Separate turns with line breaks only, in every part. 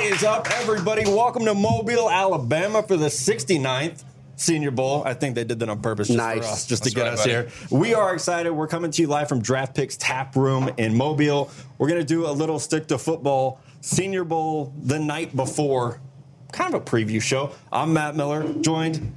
is up, everybody. Welcome to Mobile, Alabama for the 69th Senior Bowl. I think they did that on purpose just
Nice.
for us, just
That's
to get
right,
us
buddy.
here. We are excited. We're coming to you live from Draft Picks Tap Room in Mobile. We're going to do a little stick to football Senior Bowl the night before, kind of a preview show. I'm Matt Miller, joined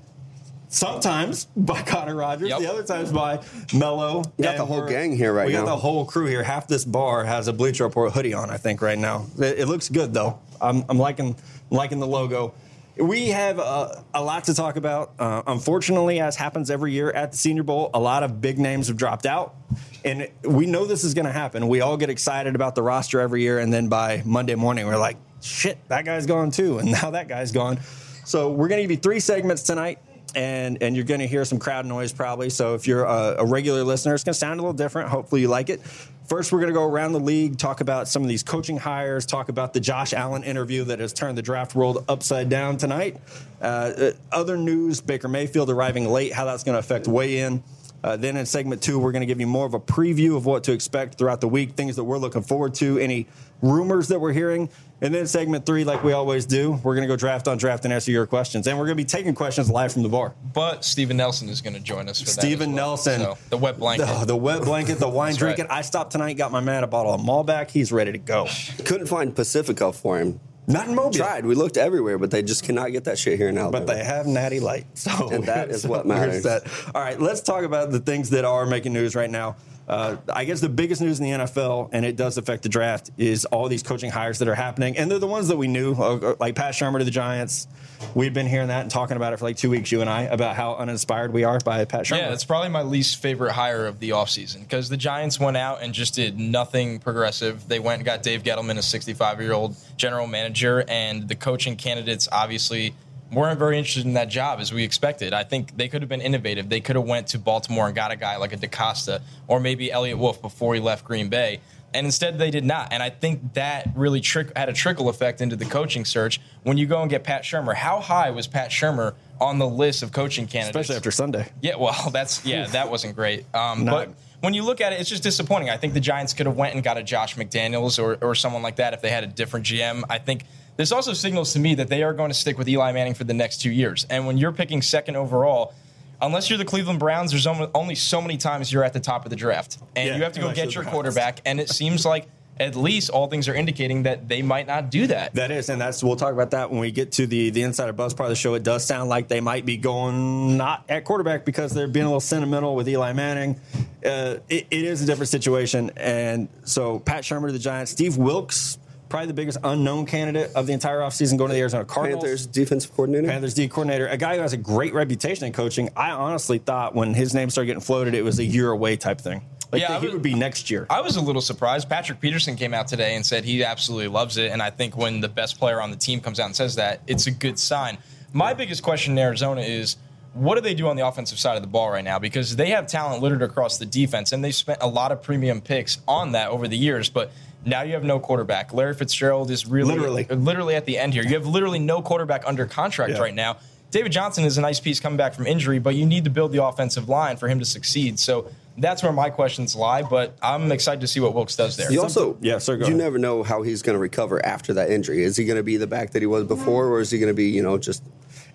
sometimes by Connor Rogers,
Yep.
the other times by Mello.
We got
And
the whole
we're-
gang here right
we
now.
got the whole crew here. Half this bar has a Bleacher Report hoodie on, I think, right now. It, it looks good though. I'm, I'm liking liking the logo. We have uh, a lot to talk about. Uh, unfortunately, as happens every year at the Senior Bowl, a lot of big names have dropped out, and we know this is going to happen. We all get excited about the roster every year, and then by Monday morning, we're like, "Shit, that guy's gone too," and now that guy's gone. So we're going to give you three segments tonight and and you're going to hear some crowd noise probably. So if you're a, a regular listener, it's going to sound a little different. Hopefully, you like it. First, we're going to go around the league, talk about some of these coaching hires, talk about the Josh Allen interview that has turned the draft world upside down tonight. Uh, uh, other news: Baker Mayfield arriving late, how that's going to affect weigh-in. Uh, then in segment two, we're going to give you more of a preview of what to expect throughout the week, things that we're looking forward to, any rumors that we're hearing. And then segment three, like we always do, we're going to go draft on draft and answer your questions. And we're going to be taking questions live from the bar.
But Steven Nelson is going to join us for that.
Steven
as well.
Nelson.
So, the wet blanket.
Oh, the wet blanket, the wine
That's
drinking.
right.
I stopped tonight, got my man a bottle of Malbec. He's ready to go.
Couldn't find Pacifico for him.
Not in Mobile.
Tried. We looked everywhere, but they just cannot get that shit here in Alabama.
But they have Natty Light, so
And that is what
so we're
matters.
set. All right, let's talk about the things that are making news right now. Uh, I guess the biggest news in the NFL, and it does affect the draft, is all these coaching hires that are happening, and they're the ones that we knew, uh, like Pat Shermer to the Giants. We've been hearing that and talking about it for like two weeks, you and I, about how uninspired we are by Pat Shermer.
yeah, that's probably my least favorite hire of the offseason because the Giants went out and just did nothing progressive. They went and got Dave Gettleman, a 65 year old general manager, and the coaching candidates obviously weren't very interested in that job as we expected. I think they could have been innovative. They could have went to Baltimore and got a guy like a DaCosta or maybe Elliot Wolf before he left Green Bay. And instead, they did not. And I think that really trick, had a trickle effect into the coaching search. When you go and get Pat Shermer, how high was Pat Shermer on the list of coaching candidates?
especially after Sunday.
Yeah, well, that's yeah, that wasn't great. Um,
Not-
but when you look at it, it's just disappointing. I think the Giants could have went and got a Josh McDaniels or or someone like that if they had a different GM. I think this also signals to me that they are going to stick with Eli Manning for the next two years. And when you're picking second overall. Unless you're the Cleveland Browns, there's only only so many times you're at the top of the draft, and
Yeah,
you have to go
unless
get
you're the
your
Browns.
quarterback. And it seems like at least all things are indicating that they might not do that.
That is, and that's we'll talk about that when we get to the the insider buzz part of the show. It does sound like they might be going not at quarterback because they're being a little sentimental with Eli Manning. Uh, it, it is a different situation, and so Pat Shermer to the Giants, Steve Wilkes, probably the biggest unknown candidate of the entire offseason, going to the Arizona Cardinals.
Panthers defensive coordinator.
Panthers D coordinator, a guy who has a great reputation in coaching. I honestly thought when his name started getting floated, it was a year away type thing. Like
Yeah,
that
I
he
was-
would be next year.
I was a little surprised. Patrick Peterson came out today and said he absolutely loves it. And I think when the best player on the team comes out and says that, it's a good sign. My biggest question in Arizona is what do they do on the offensive side of the ball right now? Because they have talent littered across the defense, and they spent a lot of premium picks on that over the years. But now you have no quarterback. Larry Fitzgerald is really
Literally.
literally at the end here. You have literally no quarterback under contract
Yeah.
right now. David Johnson is a nice piece coming back from injury, but you need to build the offensive line for him to succeed. So that's where my questions lie, but I'm excited to see what Wilkes does there.
You also,
Yeah, sir, go
you
ahead.
never know how he's going to recover after that injury. Is he going to be the back that he was before, or is he going to be, you know, just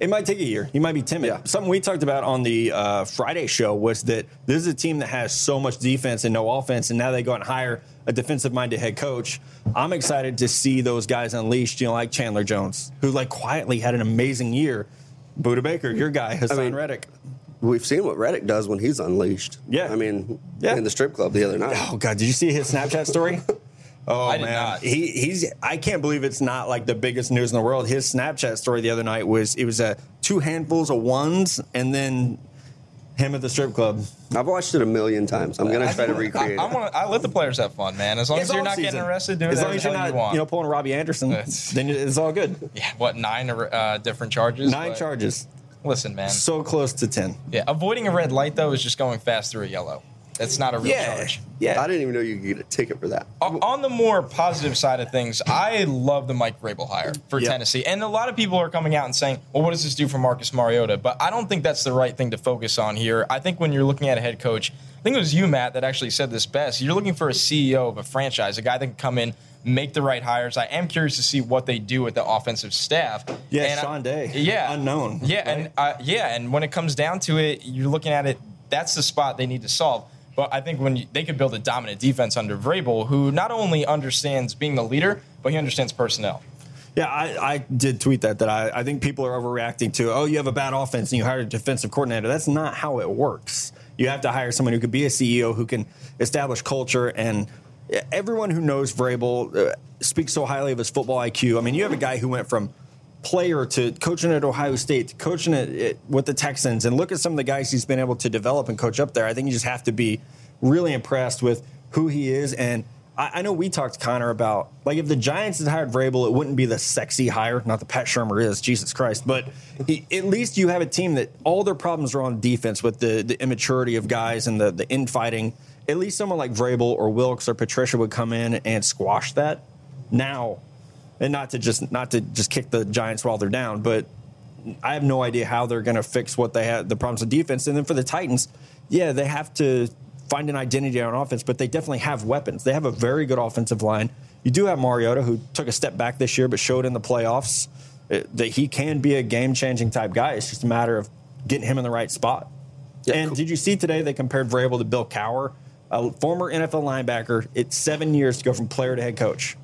It might take a year. You might be timid.
Yeah.
Something we talked about on the uh, Friday show was that this is a team that has so much defense and no offense, and now they go and hire a defensive-minded head coach. I'm excited to see those guys unleashed. You know, like Chandler Jones, who like quietly had an amazing year. Buda Baker, your guy, Hassan
mean-
Reddick.
we've seen what Reddick does when he's unleashed.
Yeah.
I mean,
Yeah.
in the strip club the other night.
Oh God, did you see his Snapchat story? Oh
I did
man,
not.
he he's I can't believe it's not like the biggest news in the world. His Snapchat story the other night was it was uh, two handfuls of ones and then him at the strip club.
I've watched it a million times. I'm going to try to recreate
I, I,
it.
wanna, I let the players have fun, man. As long as you're not getting arrested, do
as
whatever
long as
the
you're
hell
not,
you want.
you know, pulling Robbie Anderson,
That's-
then it's all good.
yeah, what, nine uh, different charges?
Nine
But
charges,
Listen, man.
so close to ten.
yeah, avoiding a red light, though, is just going fast through a yellow. That's not a real
Yeah,
charge.
yeah. Oh,
I didn't even know you could get a ticket for that.
O- Uh, On the more positive side of things, I love the Mike Vrabel hire for
Yeah.
Tennessee. And a lot of people are coming out and saying, well, what does this do for Marcus Mariota? But I don't think that's the right thing to focus on here. I think when you're looking at a head coach, I think it was you, Matt, that actually said this best. You're looking for a CEO of a franchise, a guy that can come in, make the right hires. I am curious to see what they do with the offensive staff.
Yeah,
I-
Sean Day.
Yeah.
Unknown,
Yeah. And uh, yeah, and when it comes down to it, you're looking at it. That's the spot they need to solve. But I think when you, they could build a dominant defense under Vrabel, who not only understands being the leader, but he understands personnel.
Yeah, I, I did tweet that that I, I think people are overreacting to, oh, you have a bad offense and you hired a defensive coordinator. That's not how it works. You have to hire someone who could be a CEO, who can establish culture. And everyone who knows Vrabel uh, speaks so highly of his football IQ. I mean, you have a guy who went from player to coaching at Ohio State to coaching at, at, with the Texans. And look at some of the guys he's been able to develop and coach up there. I think you just have to be really impressed with who he is. And I, I know we talked to Connor about like if the Giants had hired Vrabel, it wouldn't be the sexy hire. Not that Pat Shermer is, Jesus Christ, but he, at least you have a team that all their problems are on defense with the the immaturity of guys and the the infighting. At least someone like Vrabel or Wilkes or Patricia would come in and squash that. Now, and not to just not to just kick the Giants while they're down, but I have no idea how they're going to fix what they had the problems of defense. And then for the Titans, yeah, they have to find an identity on offense, but they definitely have weapons. They have a very good offensive line. You do have Mariota, who took a step back this year, but showed in the playoffs uh, that he can be a game changing type guy. It's just a matter of getting him in the right spot.
Yeah,
and
cool.
did you see today they compared Vrabel to Bill Cower, a former NFL linebacker? It's seven years to go from player to head coach.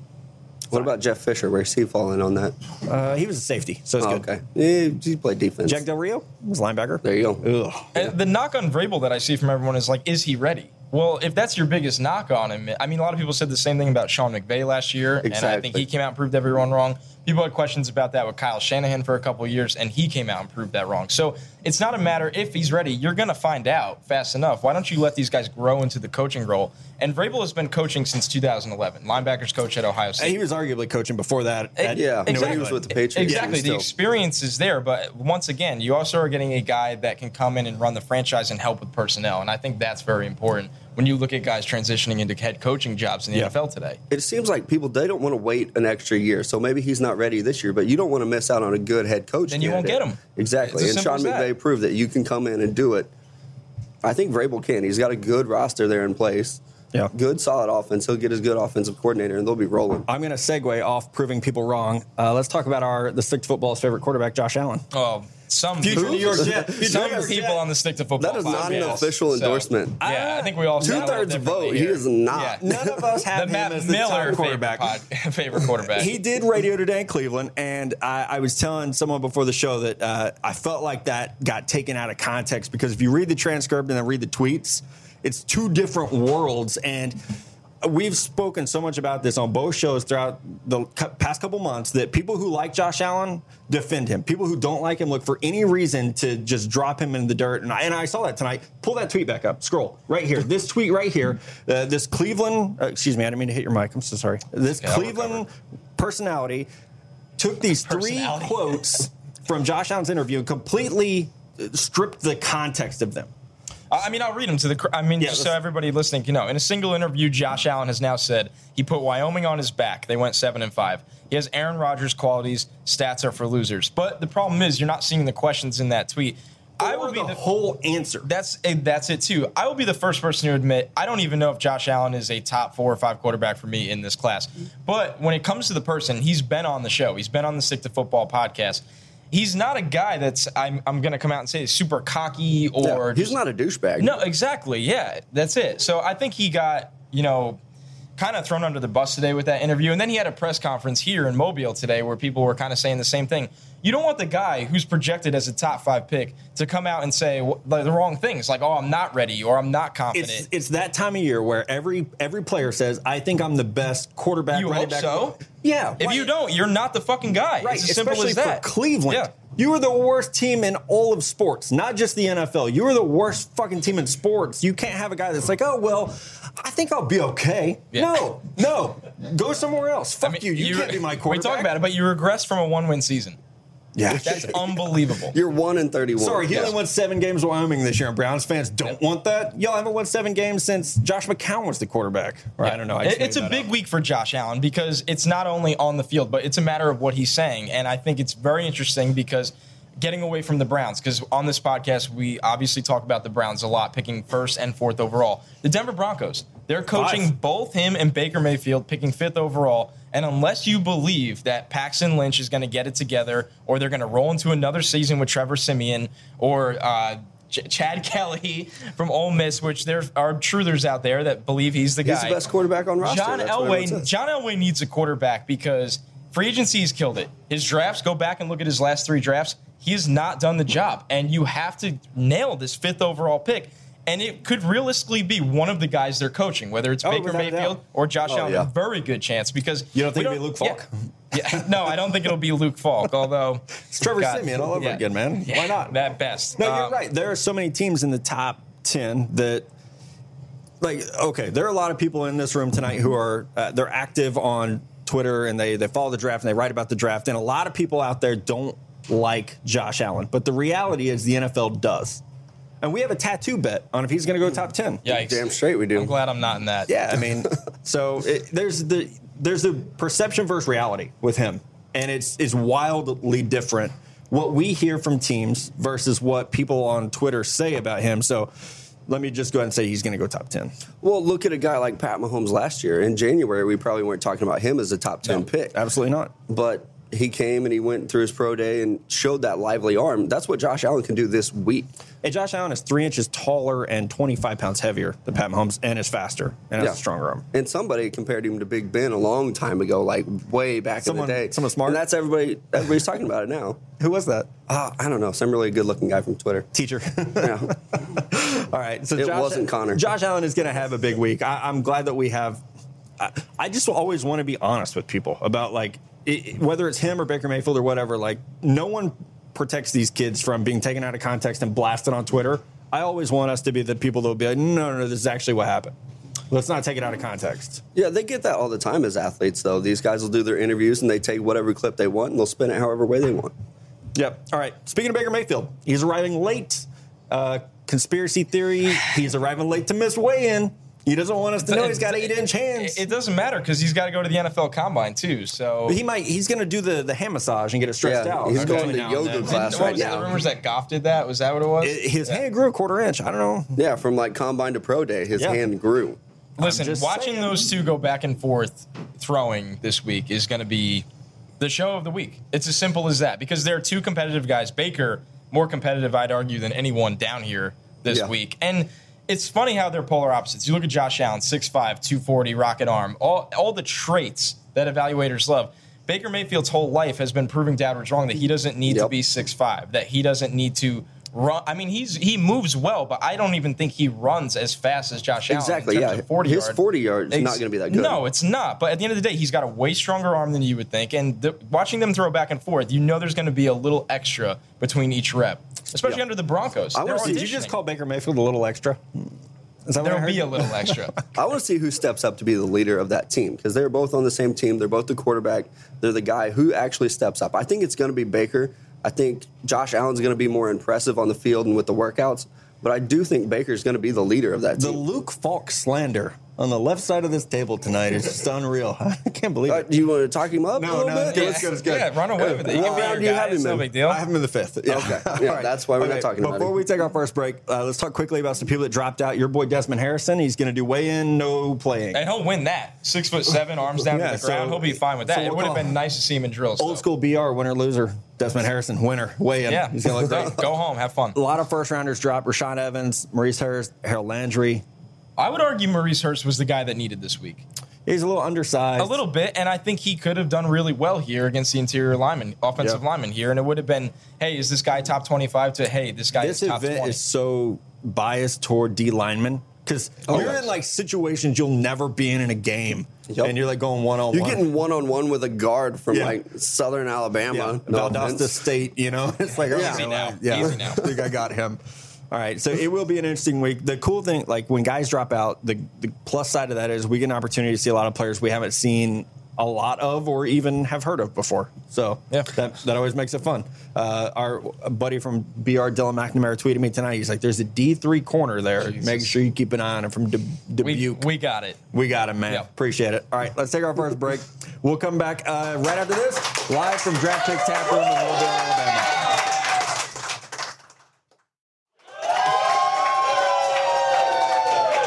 What about Jeff Fisher? Where's he falling on that?
Uh, he was a safety, so it's
Oh,
good.
okay. Yeah, he played defense.
Jack Del Rio was a linebacker.
there you go.
Ugh.
And the knock on Vrabel that I see from everyone is like, is he ready? Well, if that's your biggest knock on him, I mean, a lot of people said the same thing about Sean McVay last year, and I think
Exactly.
he came out and proved everyone wrong. People had questions about that with Kyle Shanahan for a couple of years, and he came out and proved that wrong. So it's not a matter if he's ready; you're going to find out fast enough. Why don't you let these guys grow into the coaching role? And Vrabel has been coaching since 2011, linebackers coach at Ohio State.
He was arguably coaching before that. at-
Yeah,
in
when he was
Oakland.
with the Patriots.
Exactly.
he
The
was still-
experience is there, but once again, you also are getting a guy that can come in and run the franchise and help with personnel. And I think that's very important when you look at guys transitioning into head coaching jobs in the
Yeah.
NFL today.
it seems like people they don't want to wait an extra year. So maybe he's not ready this year, but you don't want to miss out on a good head coach.
Then you won't
candidate.
get him.
Exactly.
It's as
and Sean
simple as that.
McVay proved that you can come in and do it. I think Vrabel can. He's got a good roster there in place.
Yeah.
Good solid offense. He'll get his good offensive coordinator and they'll be rolling.
I'm going to segue off proving people wrong. Uh, let's talk about our the stick to football's favorite quarterback, Josh Allen.
Oh, some
Future New York Jet.
some
Future New York
people
Jet.
on the stick to football.
That is not an
podcast.
official
So,
endorsement.
yeah,
Ah.
I think we all
Two thirds vote. He is not.
None of us
The
have him
Matt
as the
Miller
top
favorite,
quarterback.
pod, favorite quarterback.
He did radio today in Cleveland, and I, I was telling someone before the show that uh, I felt like that got taken out of context because if you read the transcript and then read the tweets, it's two different worlds. And we've spoken so much about this on both shows throughout the cu- past couple months that people who like Josh Allen defend him. People who don't like him look for any reason to just drop him in the dirt. And I, and I saw that tonight. Pull that tweet back up. Scroll right here. This tweet right here. Uh, this Cleveland. Uh, excuse me. I didn't mean to hit your mic. I'm so sorry. This
Yeah, I'll
Cleveland personality took these three
Personality.
quotes from Josh Allen's interview and completely stripped the context of them.
I I mean, I'll read them to the. cr- I mean,
Yeah,
just so
let's-
everybody listening can know. In a single interview, Josh Allen has now said he put Wyoming on his back. They went seven and five. He has Aaron Rodgers qualities. Stats are for losers. But the problem is, you're not seeing the questions in that tweet. I
Or
will be
the,
the
whole answer.
that's eh, that's it too. I will be the first person to admit I don't even know if Josh Allen is a top four or five quarterback for me in this class. But when it comes to the person, he's been on the show. He's been on the Stick to Football podcast. He's not a guy that's I'm I'm going to come out and say is super cocky
Yeah,
or
he's
just-
not a douchebag.
no, exactly. Yeah, that's it. So I think he got, you know, kind of thrown under the bus today with that interview. And then he had a press conference here in Mobile today where people were kind of saying the same thing. You don't want the guy who's projected as a top five pick to come out and say wh- the the wrong things, like, oh, I'm not ready or I'm not confident.
It's, it's that time of year where every every player says, "I think I'm the best quarterback."
You
running
hope
back."
so.
Yeah.
if
why-
you don't, you're not the fucking guy.
right?
It's as simple
especially
as that.
for Cleveland,
Yeah.
you were the worst team in all of sports, not just the NFL. You were the worst fucking team in sports. You can't have a guy that's like, "Oh well, I think I'll be okay."
Yeah.
No, no, go somewhere else. Fuck you. You, can't be my quarterback.
We talk about it, but you regress from a one win season.
Yeah.
That's unbelievable.
You're one in thirty-one.
Sorry, he only
Yeah.
won seven games with Wyoming this year, and Browns fans don't want that. Y'all haven't won seven games since Josh McCown was the quarterback. Or I don't know. I just
It- it's
made
a
that
big
up.
week for Josh Allen because it's not only on the field, but it's a matter of what he's saying. And I think it's very interesting because getting away from the Browns, because on this podcast, we obviously talk about the Browns a lot, picking first and fourth overall. The Denver Broncos, they're coaching
Five.
both him and Baker Mayfield, picking fifth overall. And unless you believe that Paxton Lynch is going to get it together, or they're going to roll into another season with Trevor Simeon or uh, Ch- Chad Kelly from Ole Miss, which there are truthers out there that believe he's the
He's
guy.
the best quarterback on roster.
John
That's what everyone
Elway.
says.
John Elway needs a quarterback because free agency has killed it. His drafts. Go back and look at his last three drafts. He has not done the job, and you have to nail this fifth overall pick. And it could realistically be one of the guys they're coaching, whether it's
Oh,
Baker
without a
Mayfield
doubt.
or Josh
Oh,
Allen.
yeah.
Very good chance because
You don't think
we
it'll be Luke Falk?
Yeah, Yeah. no, I don't think it'll be Luke Falk. Although
It's Trevor
God,
Simeon all over
yeah.
again, man. Why not?
At best,
No, you're
Um,
right. There are so many teams in the top 10 that, like, okay, there are a lot of people in this room tonight who are, uh, they're active on Twitter and they, they follow the draft and they write about the draft. And a lot of people out there don't like Josh Allen. But the reality is the NFL does. And we have a tattoo bet on if he's going to go top 10.
Yikes.
Damn straight we do.
I'm glad I'm not in that.
Yeah, I mean, so it, there's the there's the perception versus reality with him, and it's it's wildly different. What we hear from teams versus what people on Twitter say about him. So let me just go ahead and say he's going to go top ten.
Well, look at a guy like Pat Mahomes last year. In January, we probably weren't talking about him as a top ten pick,
Absolutely not.
but he came and he went through his pro day and showed that lively arm. That's what Josh Allen can do this week.
Hey, Josh Allen is three inches taller and 25 pounds heavier than Pat Mahomes, and is faster and has
Yeah.
a stronger arm.
And somebody compared him to Big Ben a long time ago, like way back
Someone-
in the day.
someone smart?
And that's everybody. Everybody's talking about it now.
Who was that?
Uh, I don't know. Some really good-looking guy from Twitter.
Teacher.
Yeah.
All right. So
It wasn't Connor.
Josh Allen is going to have a big week. I, I'm glad that we have. I, I just always want to be honest with people about like it, whether it's him or Baker Mayfield or whatever. Like no one protects these kids from being taken out of context and blasted on Twitter. I always want us to be the people that will be like, no, no, no, this is actually what happened. Let's not take it out of context.
Yeah, they get that all the time as athletes, though. These guys will do their interviews and they take whatever clip they want and they'll spin it however way they want.
Yep. All right. Speaking of Baker Mayfield, he's arriving late. Uh, conspiracy theory: he's arriving late to miss weigh-in. He doesn't want us to know he's got eight-inch hands.
It, it doesn't matter because he's got to go to the NFL Combine too. So
But he might. He's going to do the the hand massage and get it stretched
Yeah,
out.
he's
Okay.
going to
Now
yoga
and then.
class
What
right
was that?
now.
The rumors that Goff did that. Was that what it was?
It- His hand grew a quarter inch. I don't know.
Yeah, from like combine to pro day, his
Yeah.
hand grew.
Listen,
just
watching
saying.
those two go back and forth throwing this week is going to be the show of the week. It's as simple as that because there are two competitive guys. Baker, more competitive, I'd argue, than anyone down here this
Yeah.
week. And it's funny how they're polar opposites. You look at Josh Allen, 6'5, 240, rocket arm, all, all the traits that evaluators love. Baker Mayfield's whole life has been proving Dadwards wrong that he doesn't need to
Yep.
be 6'5, that he doesn't need to run. I mean, he's he moves well, but I don't even think he runs as fast as Josh Allen. in
Exactly,
terms
yeah.
of 40
His
yard.
40 yard is not gonna be that good.
No, it's not. But at the end of the day, he's got a way stronger arm than you would think. And the, watching them throw back and forth, you know there's going to be a little extra between each rep, especially under the Broncos.
I wanna
They're
see-
Did you just
auditioning.
call Baker Mayfield a little extra? Is that what I
There'll
heard?
be a little extra.
I want to see who steps up to be the leader of that team because they're both on the same team. They're both the quarterback. They're the guy who actually steps up. I think it's going to be Baker. I think Josh Allen's going to be more impressive on the field and with the workouts, but I do think Baker's going to be the leader of that
The
team.
Luke Falk slander on the left side of this table tonight is just unreal. I can't believe
Uh,
it.
do you want to talk him up? a little bit?
good, it's good, it's good.
Yeah, run away with it. You
What
can be
round
your
do you
guy.
have him
It's no
in?
big deal.
I have him in the fifth. Yeah.
Okay. Yeah,
All right.
that's why we're not talking about
Before
him.
we take our first break, uh, let's talk quickly about some people that dropped out. Your boy Desmond Harrison, he's going to do weigh in, no playing.
and he'll win that. Six foot seven, arms down
Yeah,
to the ground.
so-
he'll be fine with
so
that. it
we'll
would have
call-
been nice to see him in drills.
Old
though.
school BR, winner, loser. Desmond Harrison, winner, weigh in.
Yeah.
He's going to look
Go-
great.
Go home. Have fun.
A lot of first rounders dropped. Rashad Evans, Maurice Harris, Harold Landry.
I would argue Maurice Hurst was the guy that needed this week.
He's a little undersized.
a little bit, and I think he could have done really well here against the interior lineman, offensive
Yeah.
lineman here, and it would have been, hey, is this guy top twenty-five? To hey, this guy
This
is top
event
twenty.
is so biased toward D linemen because you're
yes.
in like situations you'll never be in in a game,
Yep.
and you're like going one on
You're
one.
getting one on one with a guard from
Yeah.
like Southern Alabama. No
Valdosta
offense.
State, you know, it's like
Yeah.
okay,
Easy
now.
yeah,
Easy now.
I think I got him. All right, so it will be an interesting week. The cool thing, like when guys drop out, the, the plus side of that is we get an opportunity to see a lot of players we haven't seen a lot of or even have heard of before. So
Yeah.
that, that always makes it fun. Uh, our buddy from BR Dylan McNamara tweeted me tonight. He's like, "There's a D3 corner there.
Jesus.
Make sure you keep an eye on it from Dub-
We,
Dubuque."
we got it.
We got him, man.
Yep.
Appreciate it. All right, let's take our first break. We'll come back uh, right after this, live from Draft Picks Tap Room in Mobile, Alabama.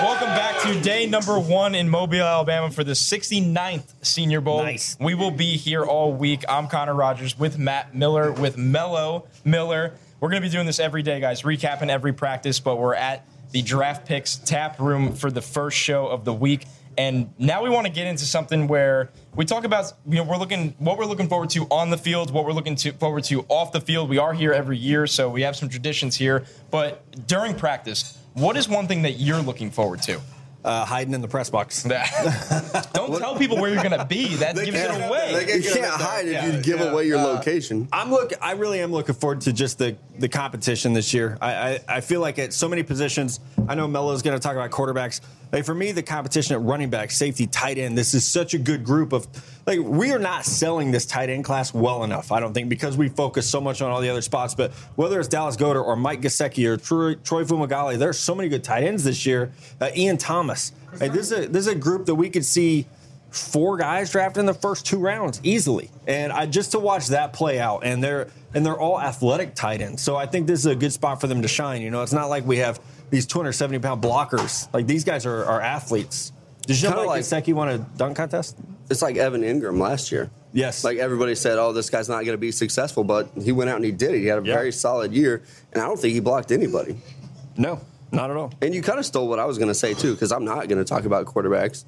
Welcome back to day number one in Mobile, Alabama for the 69th Senior Bowl.
Nice.
We will be here all week. I'm Connor Rogers with Matt Miller, with Mello Miller. We're going to be doing this every day, guys, recapping every practice, but we're at the Draft Picks tap room for the first show of the week. And now we want to get into something where we talk about, you know, we're looking what we're looking forward to on the field, what we're looking to forward to off the field. We are here every year, so we have some traditions here. But during practice, what is one thing that you're looking forward to?
Uh, hiding in the press box.
That- Don't tell people where you're going to be. That gives it
can't-
away.
You can't hide if you give away your
Uh,
location.
I'm look. I really am looking forward to just the the competition this year. I I, I feel like at so many positions. I know Melo's going to talk about quarterbacks. Like for me, the competition at running back, safety, tight end. This is such a good group of. Like we are not selling this tight end class well enough. I don't think because we focus so much on all the other spots. But whether it's Dallas Goder or Mike Gesicki or Troy, Troy Fumagalli, there's so many good tight ends this year. Uh, Ian Thomas. Like, this is a, this is a group that we could see four guys drafted in the first two rounds easily. And I just to watch that play out and they're and they're all athletic tight ends. So I think this is a good spot for them to shine. You know, it's not like we have these 270 pound blockers. Like these guys are, are athletes. Did you know
Kinda
like
like-
Gasecki won a dunk contest?
It's like Evan Ingram last year.
Yes.
Like everybody said, oh, this guy's not going to be successful, but he went out and he did it. He had a
Yeah.
very solid year, and I don't think he blocked anybody.
No, not at all.
And you kind of stole what I was going to say too, because I'm not going to talk about quarterbacks.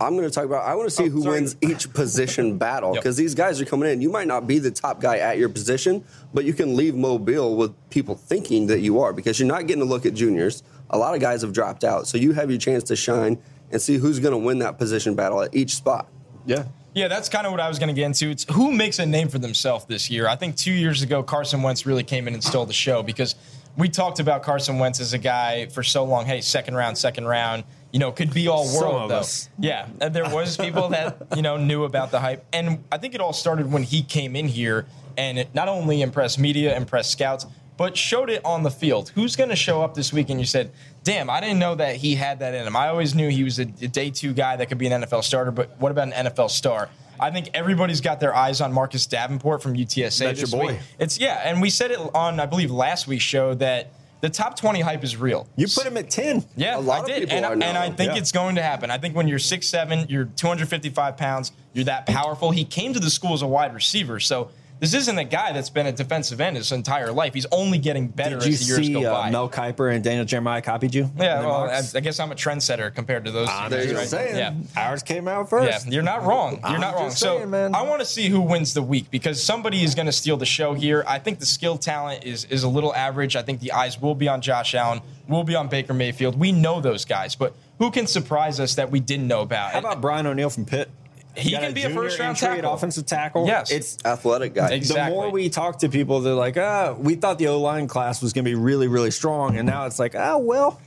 I'm going to talk about. I want to see
Oh,
who
sorry.
wins each position battle
Yep.
because these guys are coming in. You might not be the top guy at your position, but you can leave Mobile with people thinking that you are because you're not getting a look at juniors. A lot of guys have dropped out, so you have your chance to shine and see who's going to win that position battle at each spot.
Yeah.
Yeah, that's kind of what I was going to get into. It's who makes a name for themselves this year. I think two years ago, Carson Wentz really came in and stole the show because we talked about Carson Wentz as a guy for so long. Hey, second round, second round, you know, could be all
Some
world
of
though.
us.
Yeah, and there was people that you know knew about the hype, and I think it all started when he came in here and it not only impressed media, impressed scouts, but showed it on the field. Who's going to show up this week? And you said, "Damn, I didn't know that he had that in him. I always knew he was a, a day two guy that could be an NFL starter, but what about an NFL star?" I think everybody's got their eyes on Marcus Davenport from UTSA.
That's your
this
boy.
week. It's yeah, and we said it on I believe last week's show that the top twenty hype is real.
You put him at 10.
Yeah,
A lot
I
of
did.
people
and,
are
and
now.
I think
Yeah.
it's going to happen. I think when you're 6'7, you're 255 pounds, you're that powerful. He came to the school as a wide receiver. So this isn't a guy that's been a defensive end his entire life. He's only getting better
Did you
as the years
see
go
uh,
by.
Mel Kiper and Daniel Jeremiah copied you?
yeah,
in the
well, I,
mocks?
I guess I'm a trendsetter compared to those two
I'm
guys,
just
right?
saying.
Yeah.
Ours came out
Yeah,
first.
you're not wrong. You're
I'm
not wrong.
just
so
saying, man.
I want to see who wins the week because somebody is going to steal the show here. I think the skill talent is is a little average. I think the eyes will be on Josh Allen, will be on Baker Mayfield. We know those guys, but who can surprise us that we didn't know about?
How about Brian O'Neill from Pitt?
He
Got
can be a
junior
first-round
entry at
tackle.
offensive tackle.
Yes.
it's
Athletic guy.
Ex-
the
Exactly.
more we talk to people, they're like, ah, we thought the O line class was going to be really, really strong. And now it's like, ah, well,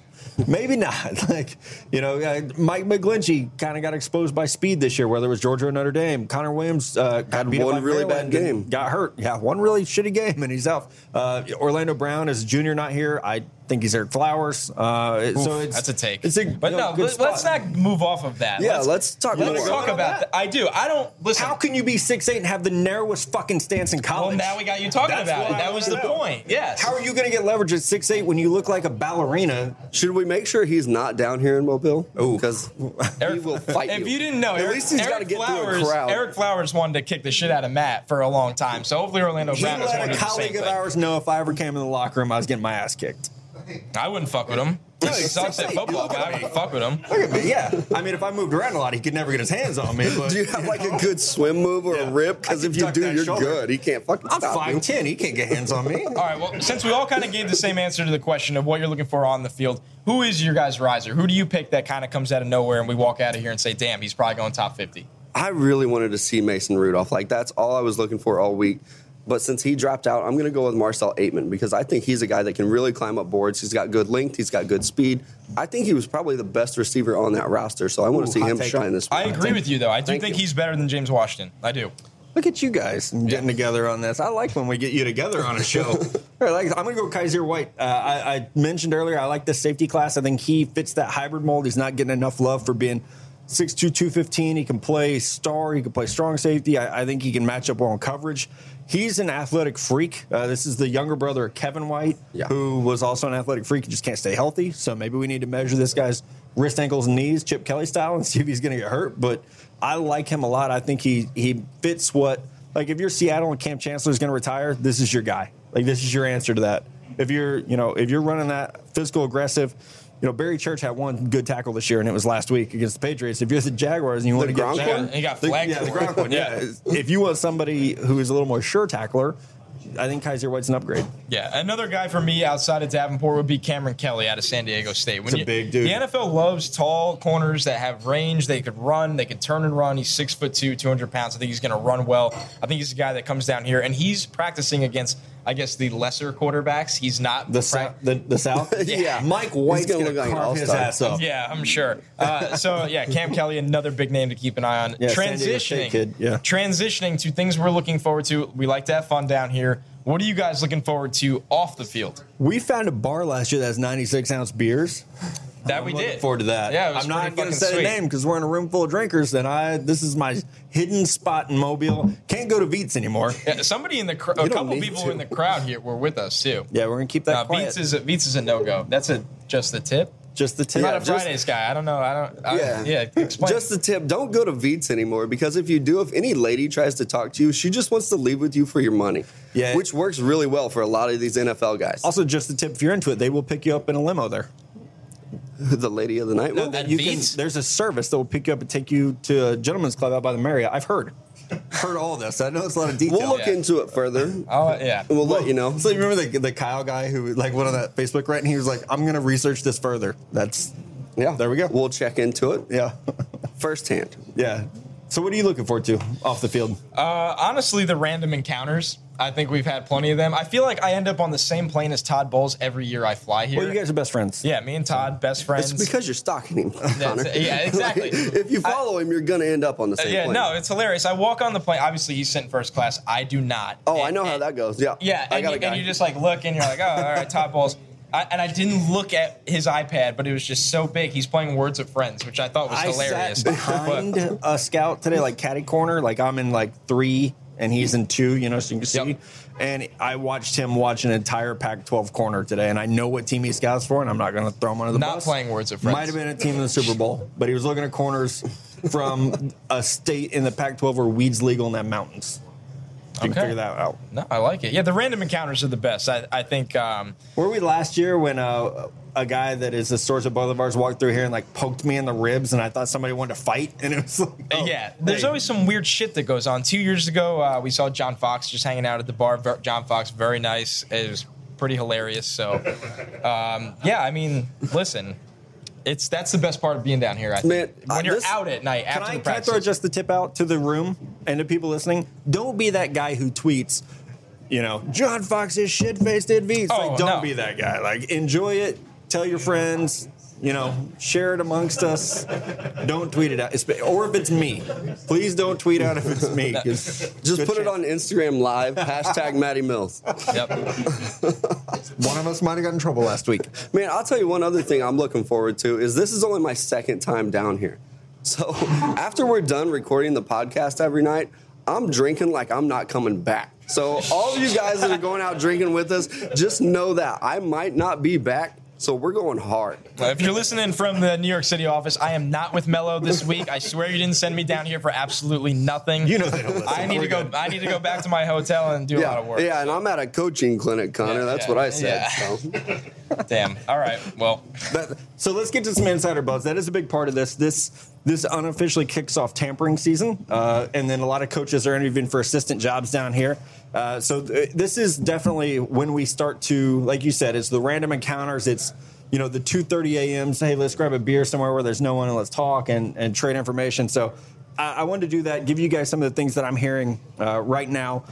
maybe not. like, you know, uh, Mike McGlinchey kind of got exposed by speed this year, whether it was Georgia or Notre Dame. Connor Williams uh, got
Had
beat up
one
by
really
Maryland
bad
and
game.
Got hurt. Yeah, one really shitty game, and he's out. Uh, Orlando Brown is a junior, not here. I think he's Eric Flowers. Uh, it- so it's,
that's a take.
It's a,
but
you know,
no,
good
let, us
spot.
not move off of that.
yeah,
let's,
let's, talk
let's
more.
go
talk
on
about
that.
that. I do. I don't listen.
How can you be 6'8 and have the narrowest fucking stance in
well,
college?
now we got you talking
That's
about
what
it.
I
That
wanna
was the
know.
point. Yes.
How are you going to get leverage at 6'8 when you look like a ballerina?
Should we make sure he's not down here in Mobile?
Ooh.
because he
Eric-
will fight
If
you.
you didn't know,
at
Eric,
least he's got to
Eric
get
Flowers,
through a crowd.
Eric Flowers wanted to kick the shit out of Matt for a long time. So hopefully Orlando
He
Brown is
let
one
a
of the same
colleague of
thing.
ours know if I ever came in the locker room, I was getting my ass kicked.
I wouldn't fuck with him. He
No, he's
sucks at
6'8".
football,
Look
but
at
I
me.
wouldn't fuck with him.
Look at me, yeah. I mean, if I moved around a lot, he could never get his hands on me. But
Do you have like a good swim move or a rip?
I
Because
can
if you
duck
do,
that
you're
shoulder.
good. He can't fucking
I'm
stop you.
five ten. He can't get hands on me.
All right, well, since we all kind of gave the same answer to the question of what you're looking for on the field, who is your guys' riser? Who do you pick that kind of comes out of nowhere and we walk out of here and say, damn, he's probably going top 50?
I really wanted to see Mason Rudolph. Like that's all I was looking for all week. But since he dropped out, I'm going to go with Marcel Aitman because I think he's a guy that can really climb up boards. He's got good length. He's got good speed. I think he was probably the best receiver on that roster. So I want
Ooh,
to see
hot
him
take.
shine this
I
week.
agree with you though. I do
Thank
think
you.
he's better than James Washington. I do.
Look at you guys getting together on this. I like when we get you together on a show. All right, like, I'm going to go Kaiser White. Uh, I, I mentioned earlier, I like this safety class. I think he fits that hybrid mold. He's not getting enough love for being 6'2, 215. He can play star, he can play strong safety. I, I think he can match up well in coverage. He's an athletic freak. Uh, this is the younger brother of Kevin White,
Yeah.
who was also an athletic freak. He just can't stay healthy. So maybe we need to measure this guy's wrist, ankles, and knees, Chip Kelly style, and see if he's going to get hurt. But I like him a lot. I think he he fits what like if you're Seattle and Camp Chancellor is going to retire, this is your guy. Like this is your answer to that. If you're you know if you're running that physical aggressive. You know, Barry Church had one good tackle this year, and it was last week against the Patriots. If you're the Jaguars and you want to get
Gronk
back-
one?
He got flagged
yeah,
for
the
it.
Gronk one. Yeah, if you want somebody who is a little more sure tackler, I think Kaiser White's an upgrade.
Yeah, another guy for me outside of Davenport would be Cameron Kelly out of San Diego State. When
He's a big dude.
The NFL loves tall corners that have range. They could run. They could turn and run. He's six foot two, two hundred pounds. I think he's going to run well. I think he's a guy that comes down here and he's practicing against, I guess, the lesser quarterbacks. He's not
The
prac-
South, the, the South.
Yeah.
Mike White's
He's gonna
gonna,
look like an
carve his
all-star.
ass up.
Yeah, I'm sure. Uh, so yeah, Cam Kelly, another big name to keep an eye on.
Yeah, San Diego State
transitioning,
kid, yeah.
transitioning to things we're looking forward to. We like to have fun down here. What are you guys looking forward to off the field?
We found a bar last year that has 96 ounce beers.
That
I'm
we
looking
did.
forward to that.
Yeah, it was
I'm
pretty
not gonna
fucking
say the
sweet.
name because we're in a room full of drinkers. And I, this is my hidden spot in Mobile. Can't go to Veets anymore.
Yeah, somebody in the cr-
You
a
don't
couple
need
people
to.
in the crowd here were with us too.
Yeah, we're gonna keep that
Uh,
quiet.
Beats is a, Beats is a no go. That's a just the tip.
just the tip.
Not a
just-
Fridays guy. I don't know. I don't. I, yeah,
Yeah.
Explain.
Just a tip: don't go to Veets anymore because if you do, if any lady tries to talk to you, she just wants to leave with you for your money.
Yeah.
which works really well for a lot of these NFL guys.
also, just the tip. If you're into it, they will pick you up in a limo there.
the lady of the night. Well,
that-
You
Veets?
Can, there's a service that will pick you up and take you to a gentleman's club out by the Marriott. I've heard. heard all this. I know it's a lot of detail.
we'll look
Yeah.
into it further. and
oh yeah.
We'll let you know.
So you remember the, the Kyle guy who like went on that Facebook rant and he was like, "I'm gonna research this further." That's
Yeah,
There we go.
We'll check into it
yeah,
firsthand.
yeah. So what are you looking forward to off the field?
Uh, honestly, the random encounters. I think we've had plenty of them. I feel like I end up on the same plane as Todd Bowles every year I fly here.
Well, you guys are best friends.
yeah, me and Todd, best friends.
It's because you're stalking him, Connor.
yeah, exactly. Uh,
if you follow him, you're gonna end up on the same.
yeah,
plane.
no, it's hilarious. I walk on the plane. Obviously, he's sent first class. I do not.
Oh, I
And-
know how
and-
that goes. Yeah,
Yeah,
I
and,
got
you,
a guy.
and you just like look and you're like, oh, all right, top balls. I, and I didn't look at his iPad, but it was just so big. He's playing Words with Friends, which I thought was
I
hilarious.
sat behind a scout today, like caddy corner. Like I'm in like three and he's in two. You know, so you can see.
Yep.
And I watched him watch an entire Pac-12 corner today, and I know what team he scouts for, and I'm not going to throw him under the
Not
bus.
playing Words of Friends.
Might have been a team in the Super Bowl, but he was looking at corners from a state in the Pac-12 where weeds legal in that mountains. You can
Okay.
figure that out.
no, I like it. Yeah, the random encounters are the best. I, I think. Um,
Were we last year when uh, a guy that is the source of both of ours walked through here and like poked me in the ribs, and I thought somebody wanted to fight, and it was like, oh,
yeah, there's
hey.
always some weird shit that goes on. Two years ago, uh, we saw John Fox just hanging out at the bar. Ver- John Fox, very nice. It was pretty hilarious. So, um, yeah, I mean, listen, it's that's the best part of being down here. I think.
Man,
when
I-
you're
this-
out at night
uh, Can
after
I,
the
can I throw
practice,
just the tip out to the room and to people listening? Don't be that guy who tweets, you know, John Fox is shit faced at Veets.
Oh,
like, don't
no.
be that guy. Like, enjoy it. Tell your friends. You know, share it amongst us. Don't tweet it out, Espe- or if it's me, please don't tweet out if it's me. 'cause
Just
good
put it
chance
on Instagram Live. Hashtag Matty Mills.
yep.
One of us might have got in trouble last week.
Man, I'll tell you one other thing I'm looking forward to is this is only my second time down here. So after we're done recording the podcast every night, I'm drinking like I'm not coming back. So all of you guys that are going out drinking with us, just know that I might not be back. So we're going hard.
Well, if you're listening from the New York City office, I am not with Mello this week. I swear you didn't send me down here for absolutely nothing.
You know they don't listen.
I need
We're
to go.
good.
I need to go back to my hotel and do a lot of
Yeah,
work.
yeah, and I'm at a coaching clinic, Connor.
Yeah,
That's
yeah,
what I said.
yeah.
So.
Damn. All right. Well,
That- so let's get to some insider buzz. That is a big part of this. This this unofficially kicks off tampering season, uh, and then a lot of coaches are interviewing for assistant jobs down here. Uh, so th- this is definitely when we start to, like you said, it's the random encounters. It's you know the two thirty a.m. Say, hey, let's grab a beer somewhere where there's no one and let's talk and and trade information. So I, I wanted to do that, give you guys some of the things that I'm hearing uh, right now.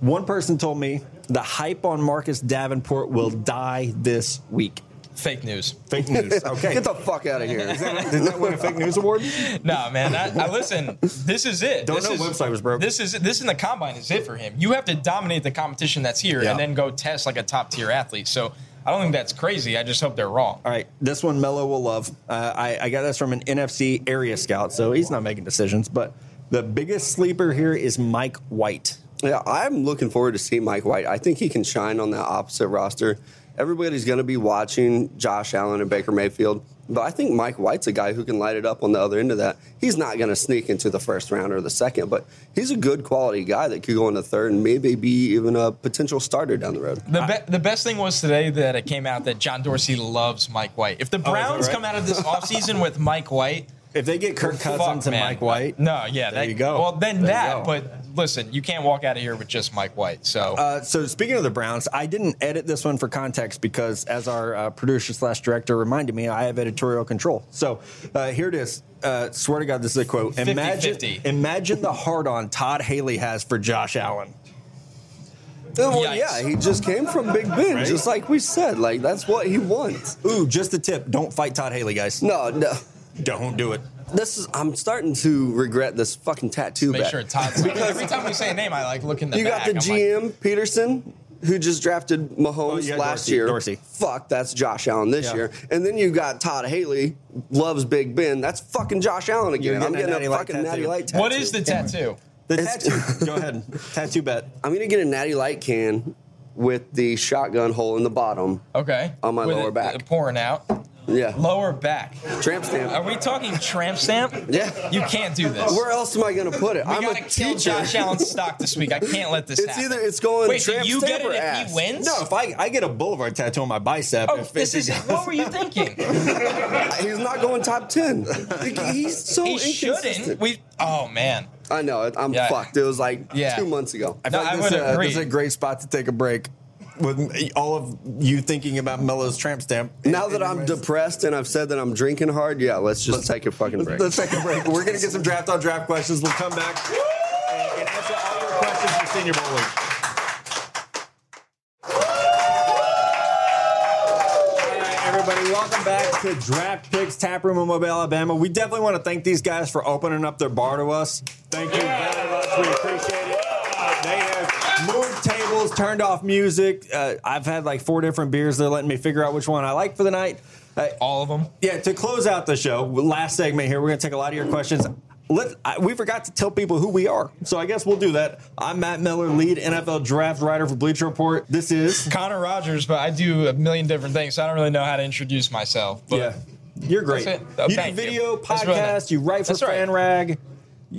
One person told me the hype on Marcus Davenport will die this week.
Fake news.
Fake news. Okay.
Get the fuck out of here. Is that-
Did that win a fake news award?
Nah, man. That, I listen. This is it.
Don't
this
know
is,
website was broke.
This is this in the combine is it for him. You have to dominate the competition that's here
Yeah.
and then go test like a top tier athlete. So I don't think that's crazy. I just hope they're wrong.
All right, this one Mello will love. Uh, I, I got this from an NFC area scout, so he's not making decisions. But the biggest sleeper here is Mike White.
Yeah, I'm looking forward to seeing Mike White. I think he can shine on that opposite roster. Everybody's going to be watching Josh Allen and Baker Mayfield, but I think Mike White's a guy who can light it up on the other end of that. He's not going to sneak into the first round or the second, but he's a good quality guy that could go in the third and maybe be even a potential starter down the road.
The, be- the best thing was today that it came out that John Dorsey loves Mike White. If the
Oh, that
Browns
right?
come out of this offseason with Mike White,
If they get Kirk
fuck,
Cousins and
man.
Mike White,
No, yeah,
There
that,
you go.
Well, then
There you
that.
go.
But listen, you can't walk out of here with just Mike White. So
Uh, so speaking of the Browns, I didn't edit this one for context because, as our uh, producer slash director reminded me, I have editorial control. So uh, here it is. Uh, swear to God, this is a quote. Imagine,
50-50.
imagine the hard on Todd Haley has for Josh Allen.
Oh, Well,
Yikes.
yeah, he just came from Big Ben,
Right?
just like we said. Like, that's what he wants.
Ooh, just a tip: don't fight Todd Haley, guys.
No, no.
Don't do it.
This is, I'm starting to regret this fucking tattoo
make
bet.
sure Todd's every time we say a name, I like look in the
You
back.
got the
I'm like,
GM Peterson, who just drafted Mahomes
Oh, yeah,
last
Dorsey,
year.
Dorsey.
Fuck, that's Josh Allen this
Yeah.
year. And then you got Todd Haley, loves Big Ben. That's fucking Josh Allen again.
You're
I'm
getting
getting
a
a
Natty Light
fucking
tattoo.
natty light tattoo.
what is the tattoo?
The
It's-
tattoo. go ahead. Tattoo bet.
I'm gonna get a natty light can with the shotgun hole in the bottom.
Okay,
On my
With
lower
it- uh,
back.
it pouring out.
Yeah.
Lower back.
Tramp stamp.
Are we talking tramp stamp?
Yeah.
You can't do this.
Where else am I gonna put it?
we
I'm
gotta
a
kill
teacher.
Josh Allen's stock this week. I can't let this
It's
happen.
either it's going
Wait,
tramp
do you get
stamp
it
or
if
ass.
he wins?
No, if I, I get a boulevard tattoo on my bicep,
Oh,
if-
this
if
is
it goes-
what were you thinking?
He's not going top ten. Like, He's so
he
inconsistent.
shouldn't. We. Oh man.
I know. I'm
Yeah.
fucked. It was like
Yeah.
two months ago.
I
No,
feel like
I
this,
would
uh,
agree.
this is a great spot to take a break with all of you thinking about Mello's tramp stamp.
Now that I'm depressed and I've said that I'm drinking hard, yeah, let's just take a fucking break.
Let's take a break. We're going to get some draft on draft questions. We'll come back and, and answer all your questions for Senior Bowl week. Alright, Everybody, welcome back to Draft Picks Tap Room in Mobile, Alabama. We definitely want to thank these guys for opening up their bar to us. Thank you very much. We appreciate it. They have moved tables, turned off music. Uh, I've had like four different beers. They're letting me figure out which one I like for the night. Uh,
All of them.
yeah, to close out the show, last segment here, we're going to take a lot of your questions. Let, I, we forgot to tell people who we are, so I guess we'll do that. I'm Matt Miller, lead NFL draft writer for Bleacher Report. This is
Connor Rogers, but I do a million different things, so I don't really know how to introduce myself. But
yeah, you're great.
That's it. Oh,
you do
thank you.
video,
That's really nice.
podcast, you write for
That's right.
Fan Rag.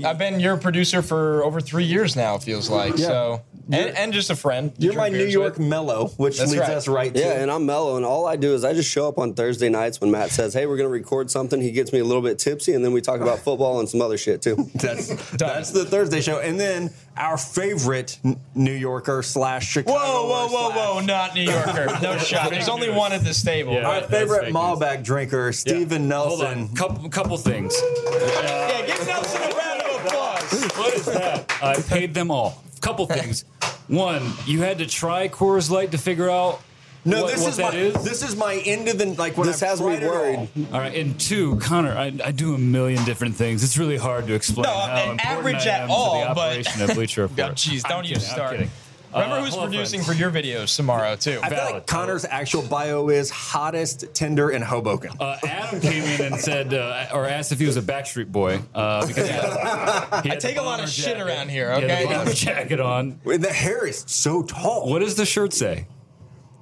I've been your producer for over three years now. It feels like
Yeah.
so,
You're-
and, and just a friend. to
You're my
drink
New
beers
York
with.
mellow, which
That's
leads
right.
us right
yeah,
to
and I'm mellow, and all I do is I just show up on Thursday nights when Matt says, "Hey, we're gonna record something." He gets me a little bit tipsy, and then we talk about football and some other shit too.
that's that's the Thursday show, and then our favorite N- New Yorker slash Chicago.
Whoa, whoa, whoa, whoa! Not New Yorker. No shot. There's only one at this table.
Yeah.
Our
That's
favorite
fake news.
Malbec drinker, Steven
Hold on,
Nelson.
couple couple things.
Yeah, give Nelson a round of applause.
What is that? I paid them all. Couple things. One, you had to try Coors Light to figure out
No,
what,
this
what
is
that
my
is.
this is my end of the like when
This
I've
has me
tried it all.
worried.
All right, and two, Connor, I, I do a million different things. It's really hard to explain
No,
how
an
important
average
I
at
am to
all,
the
but-
operation of Bleacher
Yeah,
Report.
jeez,
I'm
don't you
kidding, I'm
start.
kidding.
Remember
Uh,
who's
hello,
producing
friends.
for your videos tomorrow too.
I feel like
Valid.
Connor's actual bio is hottest, Tinder, and Hoboken.
Uh, Adam came in and said, uh, or asked if he was a Backstreet Boy. Uh, because he had- he had
take
the
a lot of
bomber
shit
jacket.
around here,
He had the
okay?
bomber jacket on.
And the hair is so tall.
What does the shirt say?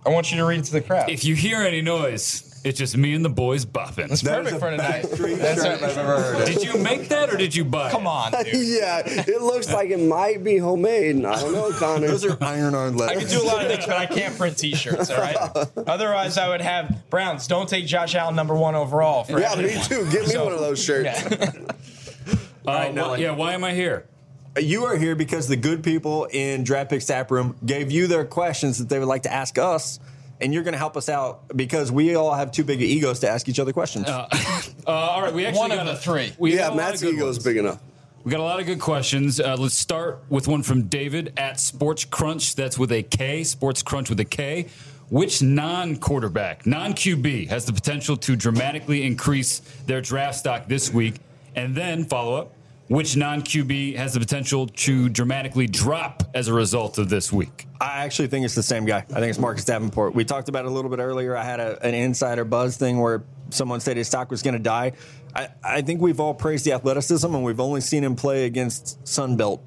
I want you to read it to the crowd.
If you hear any noise, it's just me and the boys bopping.
It's perfect
a
for tonight.
Backstreet
That's
shirt
right.
if I've ever heard.
Did you make that or did you buy? it?
Come on, dude.
yeah, it looks like it might be homemade. I don't know, Connor.
Those are iron on
I can
letters.
do a lot of things, but I can't print T-shirts. All right. Otherwise, I would have Browns. Don't take Josh Allen number one overall. For
yeah, me
everyone.
too. Get me
So-
one of those shirts.
Yeah.
Uh,
right, now,
wh-
like-
yeah, why am I here?
You are here because the good people in Draft Picks Tap Room gave you their questions that they would like to ask us, and you're going to help us out because we all have too big of egos to ask each other questions.
Uh, all right, we actually
One of
got
the
a-
three.
We
Yeah,
got a lot
Matt's
of good
ego's
ones.
big enough.
We got a lot of good questions. Uh, let's start with one from David at Sports Crunch. That's with a K, Sports Crunch with a K. Which non quarterback, non QB, has the potential to dramatically increase their draft stock this week? And then follow up, which non QB has the potential to dramatically drop as a result of this week?
I actually think it's the same guy. I think it's Marcus Davenport. We talked about it a little bit earlier. I had a, an insider buzz thing where someone said his stock was going to die. I, I think we've all praised the athleticism, and we've only seen him play against Sunbelt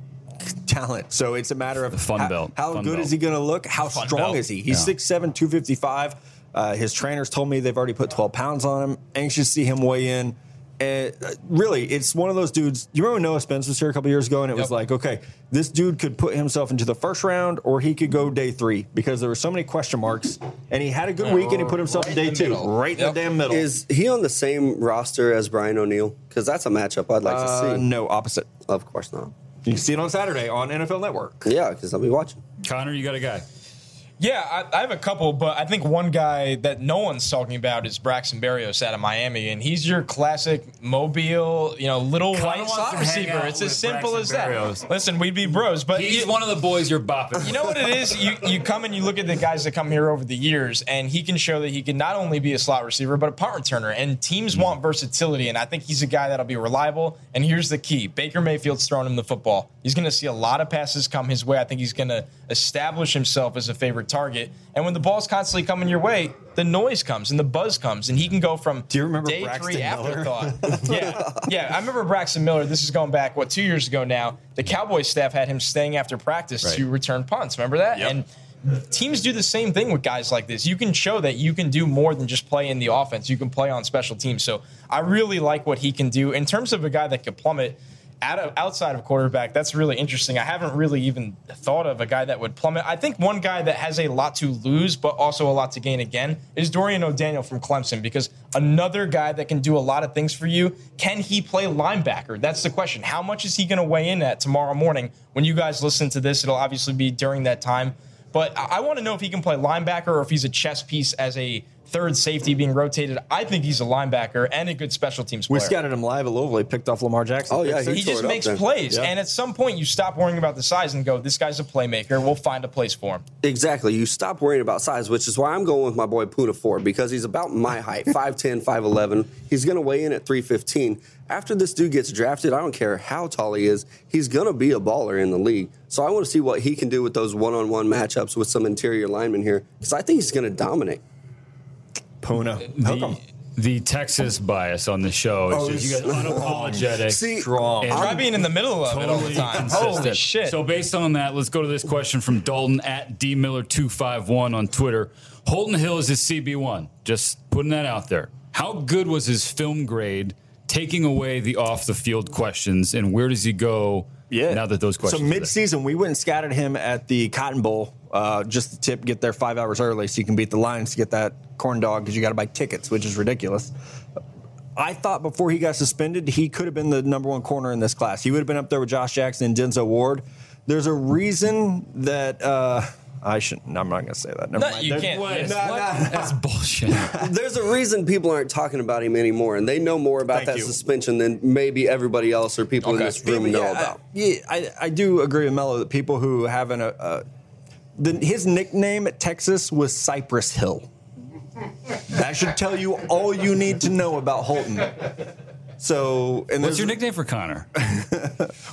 talent. So it's a matter of
Fun
how,
Belt.
how
Fun
good
Belt.
is he going to look? How
Fun
strong
Belt.
is he? He's
Yeah.
six seven, two fifty five. 6'7", 255. Uh, his trainers told me they've already put 12 pounds on him. Anxious to see him weigh in. And uh, really, it's one of those dudes. You remember when Noah Spence was here a couple years ago, and it was
Yep.
like, okay, this dude could put himself into the first round, or he could go day three because there were so many question marks. And he had a good week, and he put himself
Right
in day
in the
two,
middle.
right in
Yep.
the damn middle.
Is he on the same roster as Brian O'Neill? Because that's a matchup I'd like
uh,
to see.
no opposite.
Of course not.
You can see it on Saturday on NFL Network.
Yeah, because I'll be watching.
Connor, you got a guy.
Yeah, I, I have a couple, but I think one guy that no one's talking about is Braxton Berrios out of Miami, and he's your classic mobile, you know, little white
wants
slot
to hang
receiver.
out
It's as
with
simple
Braxton
as that.
Berrios.
Listen, we'd be bros, but
He's
you-
one of the boys you're bopping.
You know what it is? You you come and you look at the guys that come here over the years, and he can show that he can not only be a slot receiver but a punt returner. And teams want versatility, and I think he's a guy that'll be reliable. And here's the key: Baker Mayfield's throwing him the football. He's going to see a lot of passes come his way. I think he's going to establish himself as a favorite target. And when the ball's constantly coming your way, the noise comes and the buzz comes, and he can go from
Do you remember
day
Braxton
three
Miller?
afterthought. yeah, yeah. I remember Braxton Miller. This is going back what two years ago now. The Cowboys staff had him staying after practice
Right.
to return punts. Remember that?
Yep.
And teams do the same thing with guys like this. You can show that you can do more than just play in the offense. You can play on special teams. So I really like what he can do in terms of a guy that could plummet. Out of, outside of quarterback, that's really interesting. I haven't really even thought of a guy that would plummet. I think one guy that has a lot to lose, but also a lot to gain again, is Dorian O'Daniel from Clemson, because another guy that can do a lot of things for you. Can he play linebacker? That's the question. How much is he going to weigh in at tomorrow morning? When you guys listen to this, it'll obviously be during that time. But I, I want to know if he can play linebacker or if he's a chess piece as a third safety being rotated. I think he's a linebacker and a good special teams
We
player.
scouted him live at Louisville. He picked off Lamar Jackson.
Oh, yeah,
Pick
he
six.
he
tore
just
it up
makes
there.
plays,
Yeah.
and at some point you stop worrying about the size and go, "This guy's a playmaker. We'll find a place for him."
Exactly. You stop worrying about size, which is why I'm going with my boy Puna Ford because he's about my height 5'10, 5'11. He's going to weigh in at 315. After this dude gets drafted, I don't care how tall he is, he's going to be a baller in the league. So I want to see what he can do with those one on one matchups with some interior linemen here because I think he's going to dominate.
Puna. Hook
the,
'em.
the Texas bias on the show. It's
Oh,
just you
it's
guys unapologetic.
See,
Strong.
Try being in the middle of it all the time. Holy
consistent.
shit!
So based on that, let's go to this question from Dalton at D Miller two five one on Twitter. Holton Hill is his CB one. Just putting that out there. How good was his film grade? Taking away the off the field questions, and where does he go? Now that those questions.
So
are there?
mid-season, we went and scouted him at the Cotton Bowl, uh, just to tip, get there five hours early so you can beat the lines to get that corn dog because you got to buy tickets, which is ridiculous. I thought before he got suspended, he could have been the number one corner in this class. He would have been up there with Josh Jackson and Denzel Ward. There's a reason that uh, I shouldn't. I'm not going to say that. Never
No,
mind.
you
There-
can't.
What?
Yes.
No,
What?
no.
That's bullshit.
There's a reason people aren't talking about him anymore, and they know more about
Thank
that
you.
suspension than maybe everybody else or people in
Okay.
this room
Yeah,
know
I-
about.
yeah, I, I do agree with Mello that people who haven't. Uh, uh, the, his nickname at Texas was Cypress Hill. That should tell you all you need to know about Holton. So, and
What's
there's-
your nickname for Connor?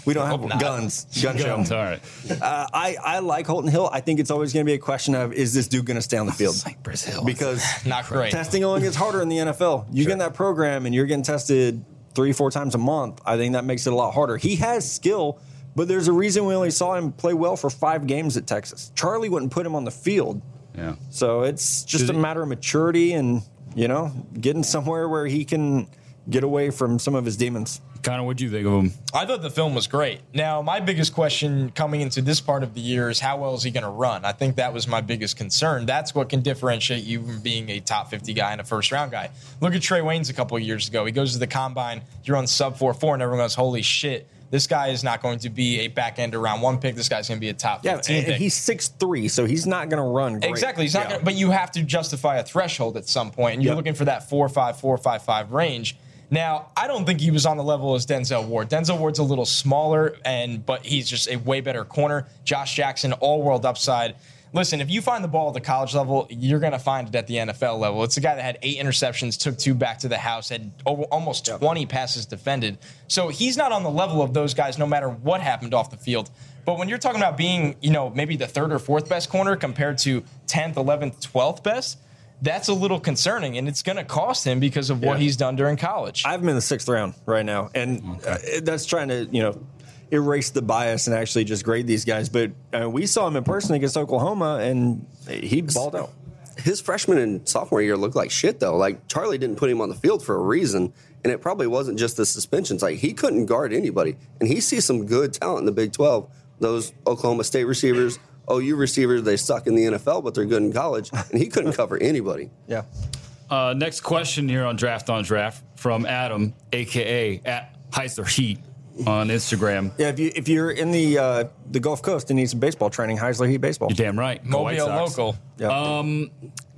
We don't have
Hope not.
guns. Gun show.
All right.
Uh, I, I like Holton Hill. I think it's always going to be a question of is this dude going to stay on the field?
Cypress Hill.
Because
Not great.
testing only gets harder in the NFL. You get in that program and you're getting tested three, four times a month. I think that makes it a lot harder. He has skill, but there's a reason we only saw him play well for five games at Texas. Charlie wouldn't put him on the field.
Yeah.
So it's just
Does
a
he-
matter of maturity and, you know, getting somewhere where he can get away from some of his demons.
Connor, what do you think of him?
I thought the film was great. Now, my biggest question coming into this part of the year is how well is he going to run? I think that was my biggest concern. That's what can differentiate you from being a top 50 guy and a first round guy. Look at Trey Waynes a couple of years ago. He goes to the combine, you're on sub 4 4, and everyone goes, holy shit, this guy is not going to be a back end around one pick. This guy's going to be a top
Yeah,
15
and,
pick.
and he's 6'3, so he's not going to run great.
Exactly. He's not
Yeah.
gonna, but you have to justify a threshold at some point, and you're
Yep.
looking for that four five four five five range. Now, I don't think he was on the level as Denzel Ward. Denzel Ward's a little smaller, and but he's just a way better corner. Josh Jackson, all world upside. Listen, if you find the ball at the college level, you're going to find it at the NFL level. It's a guy that had eight interceptions, took two back to the house, had over, almost 20 passes defended. So he's not on the level of those guys, no matter what happened off the field. But when you're talking about being, you know, maybe the third or fourth best corner compared to 10th, 11th, 12th best, that's a little concerning, and it's going to cost him because of what
Yeah.
he's done during college.
I have him in the sixth round right now, and uh, that's trying to you know erase the bias and actually just grade these guys. But uh, we saw him in person against Oklahoma, and he balled out.
his freshman and sophomore year looked like shit though. Like Charlie didn't put him on the field for a reason, and it probably wasn't just the suspensions. Like he couldn't guard anybody, and he sees some good talent in the Big Twelve. Those Oklahoma State receivers, OU receivers, they suck in the NFL, but they're good in college, and he couldn't cover anybody.
Yeah,
Uh, next question here on Draft on Draft from Adam, aka at Heiser Heat on Instagram.
yeah. If you if you're in the uh, the Gulf Coast and need some baseball training, Heisler Heat baseball.
You're damn right. Go White
Mobile
Sox.
local.
Yeah.
Oh,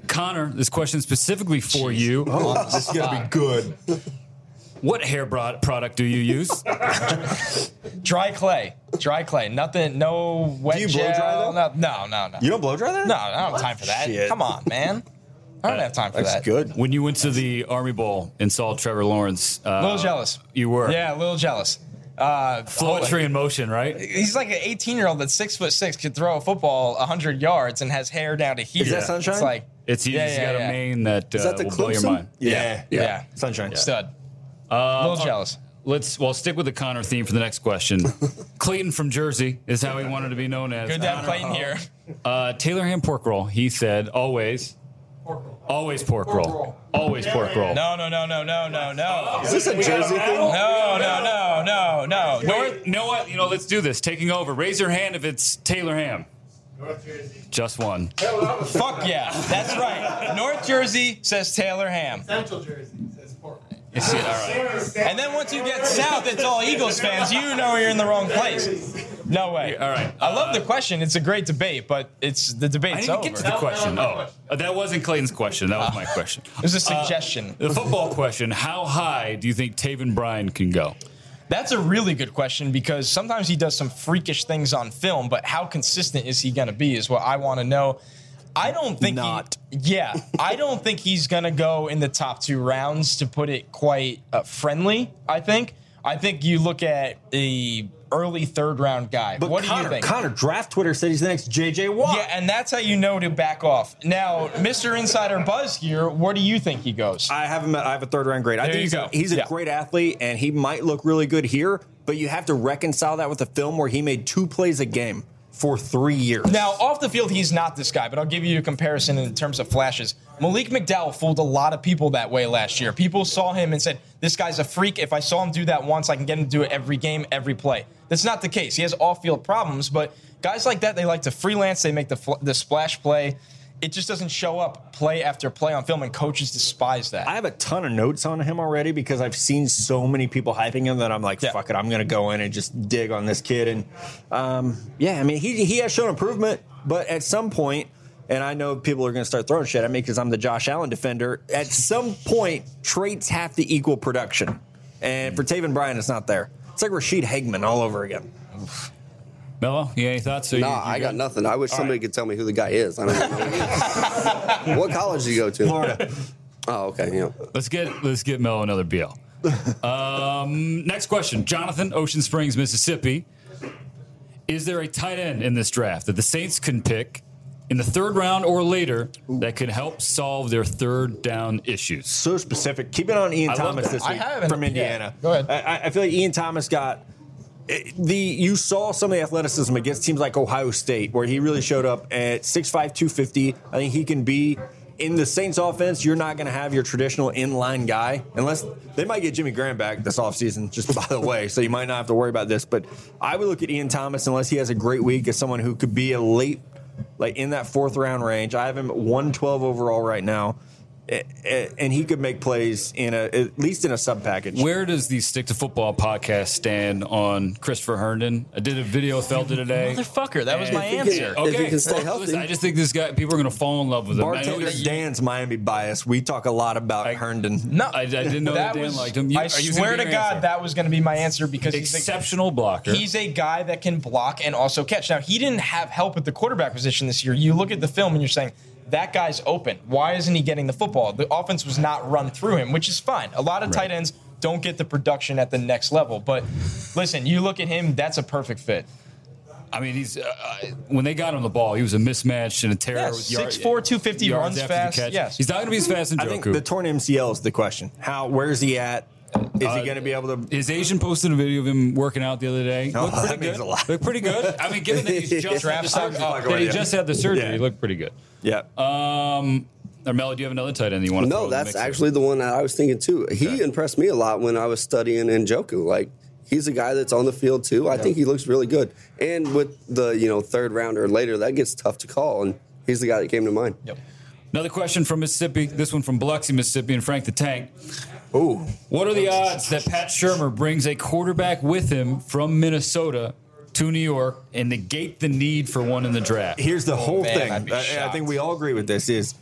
Connor, this question specifically for you.
Oh, this is gonna be good.
What hair bro- product do you use?
Dry clay. Dry clay. Nothing, no wet
Do you blow
gel.
dry, though?
No, no, no. No,
you don't blow dry that?
no I don't have time for that.
Shit.
Come on, man. I don't have time for
that's
that.
good.
when you went to the Army Bowl and saw Trevor Lawrence, uh,
A little jealous.
You were.
Yeah, a little jealous. Uh,
Poetry in motion, right?
he's like an 18 year old that's six foot six, could throw a football 100 yards and has hair down to here.
that sunshine?
It's like,
It's you
Yeah,
just
yeah,
got a
yeah.
mane that, uh,
that the
will blow your
Clemson?
mind.
Yeah,
yeah.
Sunshine.
Stud.
Uh,
a little jealous.
Let's well stick with the Connor theme for the next question. Clayton from Jersey is how he wanted to be known as.
Good to have Clayton here.
Uh, Taylor Ham pork roll. He said always, always pork roll, always pork roll.
No, no, no, no, no, no, no.
Is this a Jersey thing?
No, no, no, no, no.
Nor, you know what? You know, let's do this. Taking over. Raise your hand if it's Taylor Ham. Just one.
Fuck yeah. That's right. North Jersey says Taylor Ham.
Central Jersey says pork.
You see it, all right.
And then once you get south, it's all Eagles fans. You know you're in the wrong place. No way.
All right.
I love the question. It's a great debate, but it's the
I
debate's
didn't
over.
get to the question. Oh, uh, that wasn't Clayton's question. That was my question.
it was a
Uh,
suggestion.
The football question: How high do you think Taven Bryan can go?
That's a really good question because sometimes he does some freakish things on film, but how consistent is he going to be is what I want to know. I don't think he-
Not.
yeah, I don't think he's going to go in the top two rounds to put it quite uh, friendly. I think. I think you look at a early third round guy.
But
what
Connor,
do you think?
Connor draft Twitter said he's the next JJ Watt.
Yeah, and that's how you know to back off. Now, Mr. Insider Buzz here, where do you think he goes?
I have him. at- I have a third round grade. I
There
think
you
he's,
go.
he's a
Yeah.
great athlete, and he might look really good here. But you have to reconcile that with a film where he made two plays a game for three years.
Now, off the field, he's not this guy, but I'll give you a comparison in terms of flashes. Malik McDowell fooled a lot of people that way last year. People saw him and said, This guy's a freak. If I saw him do that once, I can get him to do it every game, every play. That's not the case. He has off field problems, but guys like that, they like to freelance, they make the, fl- the splash play. It just doesn't show up play after play on film, and coaches despise that.
I have a ton of notes on him already because I've seen so many people hyping him that I'm like,
Yeah.
fuck it, I'm going to go in and just dig on this kid. And um, yeah, I mean, he, he has shown improvement, but at some point, and I know people are going to start throwing shit at me because I'm the Josh Allen defender. At some point, traits have to equal production. And for Taven Bryan, it's not there. It's like Rashid Hagman all over again.
Mello, you got any thoughts? So you-
Nah,
you
I got nothing. I wish somebody could tell me who the guy is. I don't even know who he is. what college did you go to?
Florida.
Oh, okay. Yeah.
Let's get let's get Mel another BL. um, next question, Jonathan, Ocean Springs, Mississippi. Is there a tight end in this draft that the Saints can pick in the third round or later that could help solve their third down issues?
so specific. Keep it on Ian
love
Thomas
that.
this
I
week
haven't-
from
yeah.
Indiana.
Go ahead.
I, I- I feel like Ian Thomas got it- the you saw some of the athleticism against teams like Ohio State where he really showed up at 6'5", 250. I think he can be in the Saints offense. You're not going to have your traditional inline guy unless they might get Jimmy Graham back this offseason, just by the way. So you might not have to worry about this. But I would look at Ian Thomas unless he has a great week as someone who could be a late like in that fourth round range. I have him at 112 overall right now. a- a- and he could make plays in a at least in a sub package.
Where does the Stick to Football podcast stand on Christopher Herndon? I did a video with Felder today.
Motherfucker, that was
Yeah.
my
If
you get-
answer.
if you can stay
Well,
healthy.
listen, I just think this guy, people are going to fall in love with him. I, know
Bartender
that you-
Dan's Miami bias. We talk a lot about Herndon.
No,
I- I didn't know that Dan liked him. You-
I
are you gonna
swear
be
to
your
God,
answer?
that was going to be my answer because he's a,
exceptional blocker.
he's a guy that can block and also catch. Now he didn't have help at the quarterback position this year. You look at the film and you're saying that guy's open. Why isn't he getting the football? The offense was not run through him, which is fine. A lot of tight ends don't get the production at the next level, but listen, you look at him. That's a perfect fit.
I mean, he's uh, uh, when they got him the ball, he was a mismatch and a terror.
Yeah,
with yard-
6'4", 250,
yards
runs
after
fast,
The catch.
yes.
he's not going to be as fast as
I think
Joku.
the torn MCL is the question. How? Where's he at? Is
Uh,
he going to be able to?
His Asian posted a video of him working out the other day.
Oh,
looked pretty
that means
good.
a lot.
Looked pretty good. I mean, given that he's just had
Draft
the
stock
surgery,
up.
that he
Yeah.
just had the surgery,
Yeah.
he looked pretty good.
Yeah.
Um, Armella, do you have another tight end you want to? throw
No,
in the
that's
mix here?
actually the one that I was thinking too. He impressed me a lot when I was studying Njoku. Like he's a guy that's on the field too. I think he looks really good. And with the you know third rounder later, that gets tough to call. And he's the guy that came to mind.
Yep.
Another question from Mississippi. This one from Biloxi, Mississippi, and Frank the Tank.
Ooh.
What are the odds that Pat Shermer brings a quarterback with him from Minnesota to New York and negate the need for one in the draft?
Here's the whole
Oh, man,
thing.
I'd be
I, I
shocked.
think we all agree with this. Is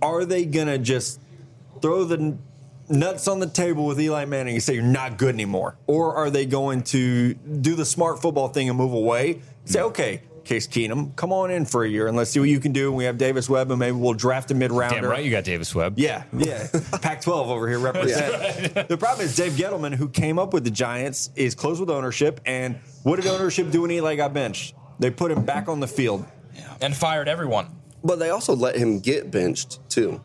are they going to just throw the n- nuts on the table with Eli Manning and say you're not good anymore, or are they going to do the smart football thing and move away?
Mm.
Say okay. Case Keenum, come on in for a year and let's see what you can do. And we have Davis Webb, and maybe we'll draft a mid rounder.
Damn right, you got Davis Webb.
Yeah, yeah. Pac 12 over here represent. The problem is Dave Gettleman, who came up with the Giants, is close with ownership. And what did ownership do when Eli got benched? They put him back on the field.
And fired everyone.
But they also let him get benched too.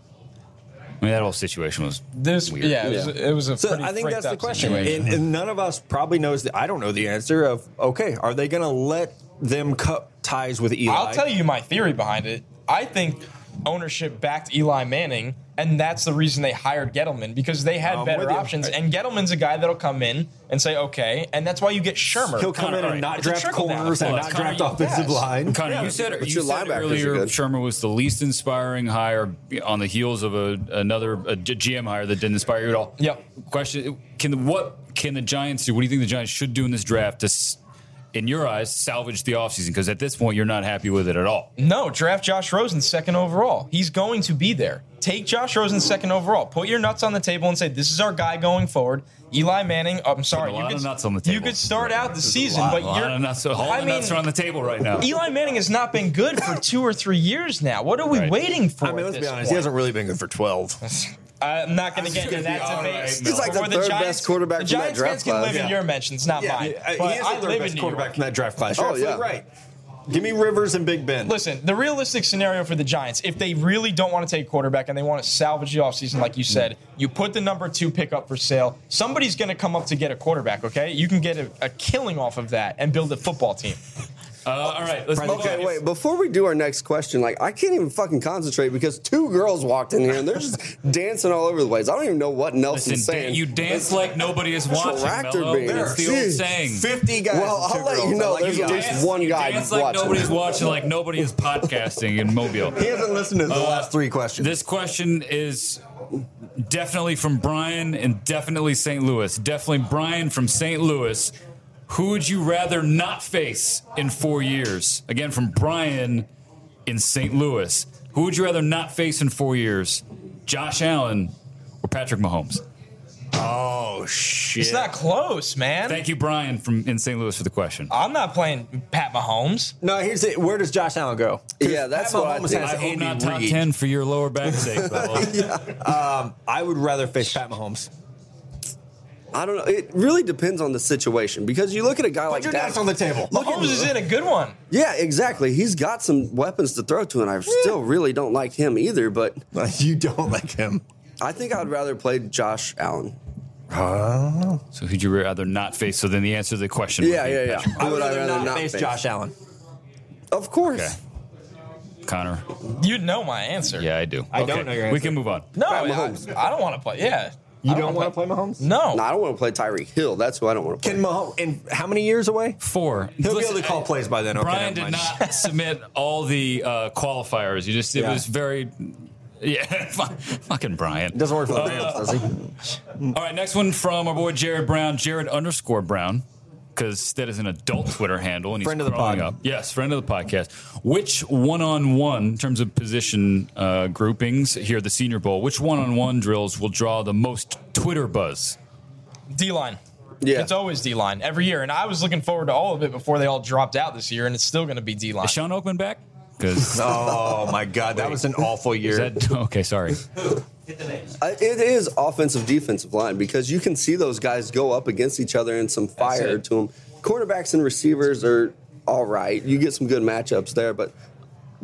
I mean, that whole situation was
This,
weird.
yeah, it was,
Yeah.
it was a.
So
pretty
I think
freaked
that's the
out
question.
situation.
And, and none of us probably knows that. I don't know the answer of, okay, are they going to let them cut ties with Eli?
I'll tell you my theory behind it. I think ownership backed Eli Manning, and that's the reason they hired Gettleman because they had
I'm
better
with you.
options. And Gettleman's a guy that'll come in and say, okay, and that's why you get Shermer.
He'll come
Connor,
in
all right.
and not
It's a
draft
trickle down.
corners and
Well,
not
it's Connor,
draft
you-
offensive
yes.
line.
Connor,
Yeah.
you said,
but
you
your
said
linebackers are
earlier
good.
Shermer was the least inspiring hire on the heels of a another a G- GM hire that didn't inspire you at all.
Yep.
Question: Can the, what can the Giants do? What do you think the Giants should do in this draft to, s- in your eyes, salvage the offseason? Because at this point, you're not happy with it at all.
No, draft Josh Rosen second overall. He's going to be there. Take Josh Rosen second overall. Put your nuts on the table and say this is our guy going forward. Eli Manning. I'm sorry,
a lot
you
of
could,
nuts on the
You
table.
could start out the season,
Lot-
but
lot
you're
of nuts, all
I
the
mean,
nuts are on the table right now.
Eli Manning has not been good for two or three years now. What are we
Right.
waiting for?
I mean,
at
let's be
this
honest. He
point?
hasn't really been good for 12.
I'm not going to get into that
all
debate.
right, He's
Mel. like the
For
third best quarterback
The
from that
Giants
draft
fans can
class.
live in
Yeah.
your mentions, not mine.
Yeah,
But
he is
I
the third
live in
best
New
quarterback
York.
from that draft class.
Oh,
You're absolutely
yeah.
right. Give me Rivers and Big Ben.
Listen, the realistic scenario for the Giants, if they really don't want to take quarterback and they want to salvage the offseason, like you said, you put the number two pick up for sale. Somebody's going to come up to get a quarterback, okay? You can get a, a killing off of that and build a football team.
Uh, all right, let's move
Okay,
on.
wait. Before we do our next question, like I can't even fucking concentrate because two girls walked in here and they're just dancing all over the place. I don't even know what Nelson's
Listen,
saying.
Dan- you dance like nobody is watching.
tractor
Mello.
beam.
That's the old
Jeez.
saying.
50 guys.
Well,
and
I'll
two
let you
girls. I
know
you
there's
guys.
at least one guy
dance like
watching.
nobody's watching, like nobody is podcasting in Mobile.
He hasn't listened
Oh.
to the last three questions.
This question is definitely from Brian and definitely St. Louis. Definitely Brian from St. Louis. Who would you rather not face in four years? Again, from Brian in St. Louis. Who would you rather not face in four years? Josh Allen or Patrick Mahomes?
oh, shit.
It's not close, man.
Thank you, Brian from in St. Louis, for the question.
I'm not playing Pat Mahomes.
no, here's it. Where does Josh Allen go? 'Cause
Yeah, that's
Pat
what I
Mahomes
think.
has
I hope
Andy
not top
Reid.
ten for your lower back sake. Bubba.
I would rather face Pat Mahomes.
I don't know. It really depends on the situation because you look at a guy like
Put your
Dak.
nuts on the table.
Look
Mahomes is
at,
in a good one.
yeah, exactly. He's got some weapons to throw to, and I still really don't like him either. But
you don't like him.
I think I'd rather play Josh Allen.
So who'd you rather not face? So then the answer to the question. would
Yeah,
be
yeah, yeah.
Patrick-
I would rather, not, face, Josh Allen.
Of course.
Okay. Connor.
You know my answer.
Yeah, I do.
I don't know your
We
answer.
can move on.
No,
Pat
I-
Mahomes.
I, don't want to play. Yeah.
You
I
don't
wanna
want to play Mahomes?
No.
No, I don't want to play Tyreek Hill. That's who I don't want to play.
Can Mahomes, and how many years away?
Four.
He'll
Listen,
be able to call
I-
plays by then. Okay,
Brian
never
did
mind.
not submit all the uh, qualifiers. You just it
Yeah.
was very Yeah, fucking Brian.
Doesn't work for the Rams, does he?
All right, next one from our boy Jared Brown, Jared underscore Brown, because that is an adult Twitter handle and he's
Friend of the
growing
pod.
up. Yes, friend of the podcast. Which one-on-one, in terms of position uh, groupings here at the Senior Bowl, which one-on-one drills will draw the most Twitter buzz?
D line.
Yeah.
It's always D line every year. And I was looking forward to all of it before they all dropped out this year, and it's still going to be D line.
Is Sean Oakman back? Because
Oh my God, that was an awful year.
that okay? Sorry,
Hit the names.
I- It is offensive defensive line because you can see those guys go up against each other and some fire
it.
to them. Cornerbacks and receivers are all right. You get some good matchups there, but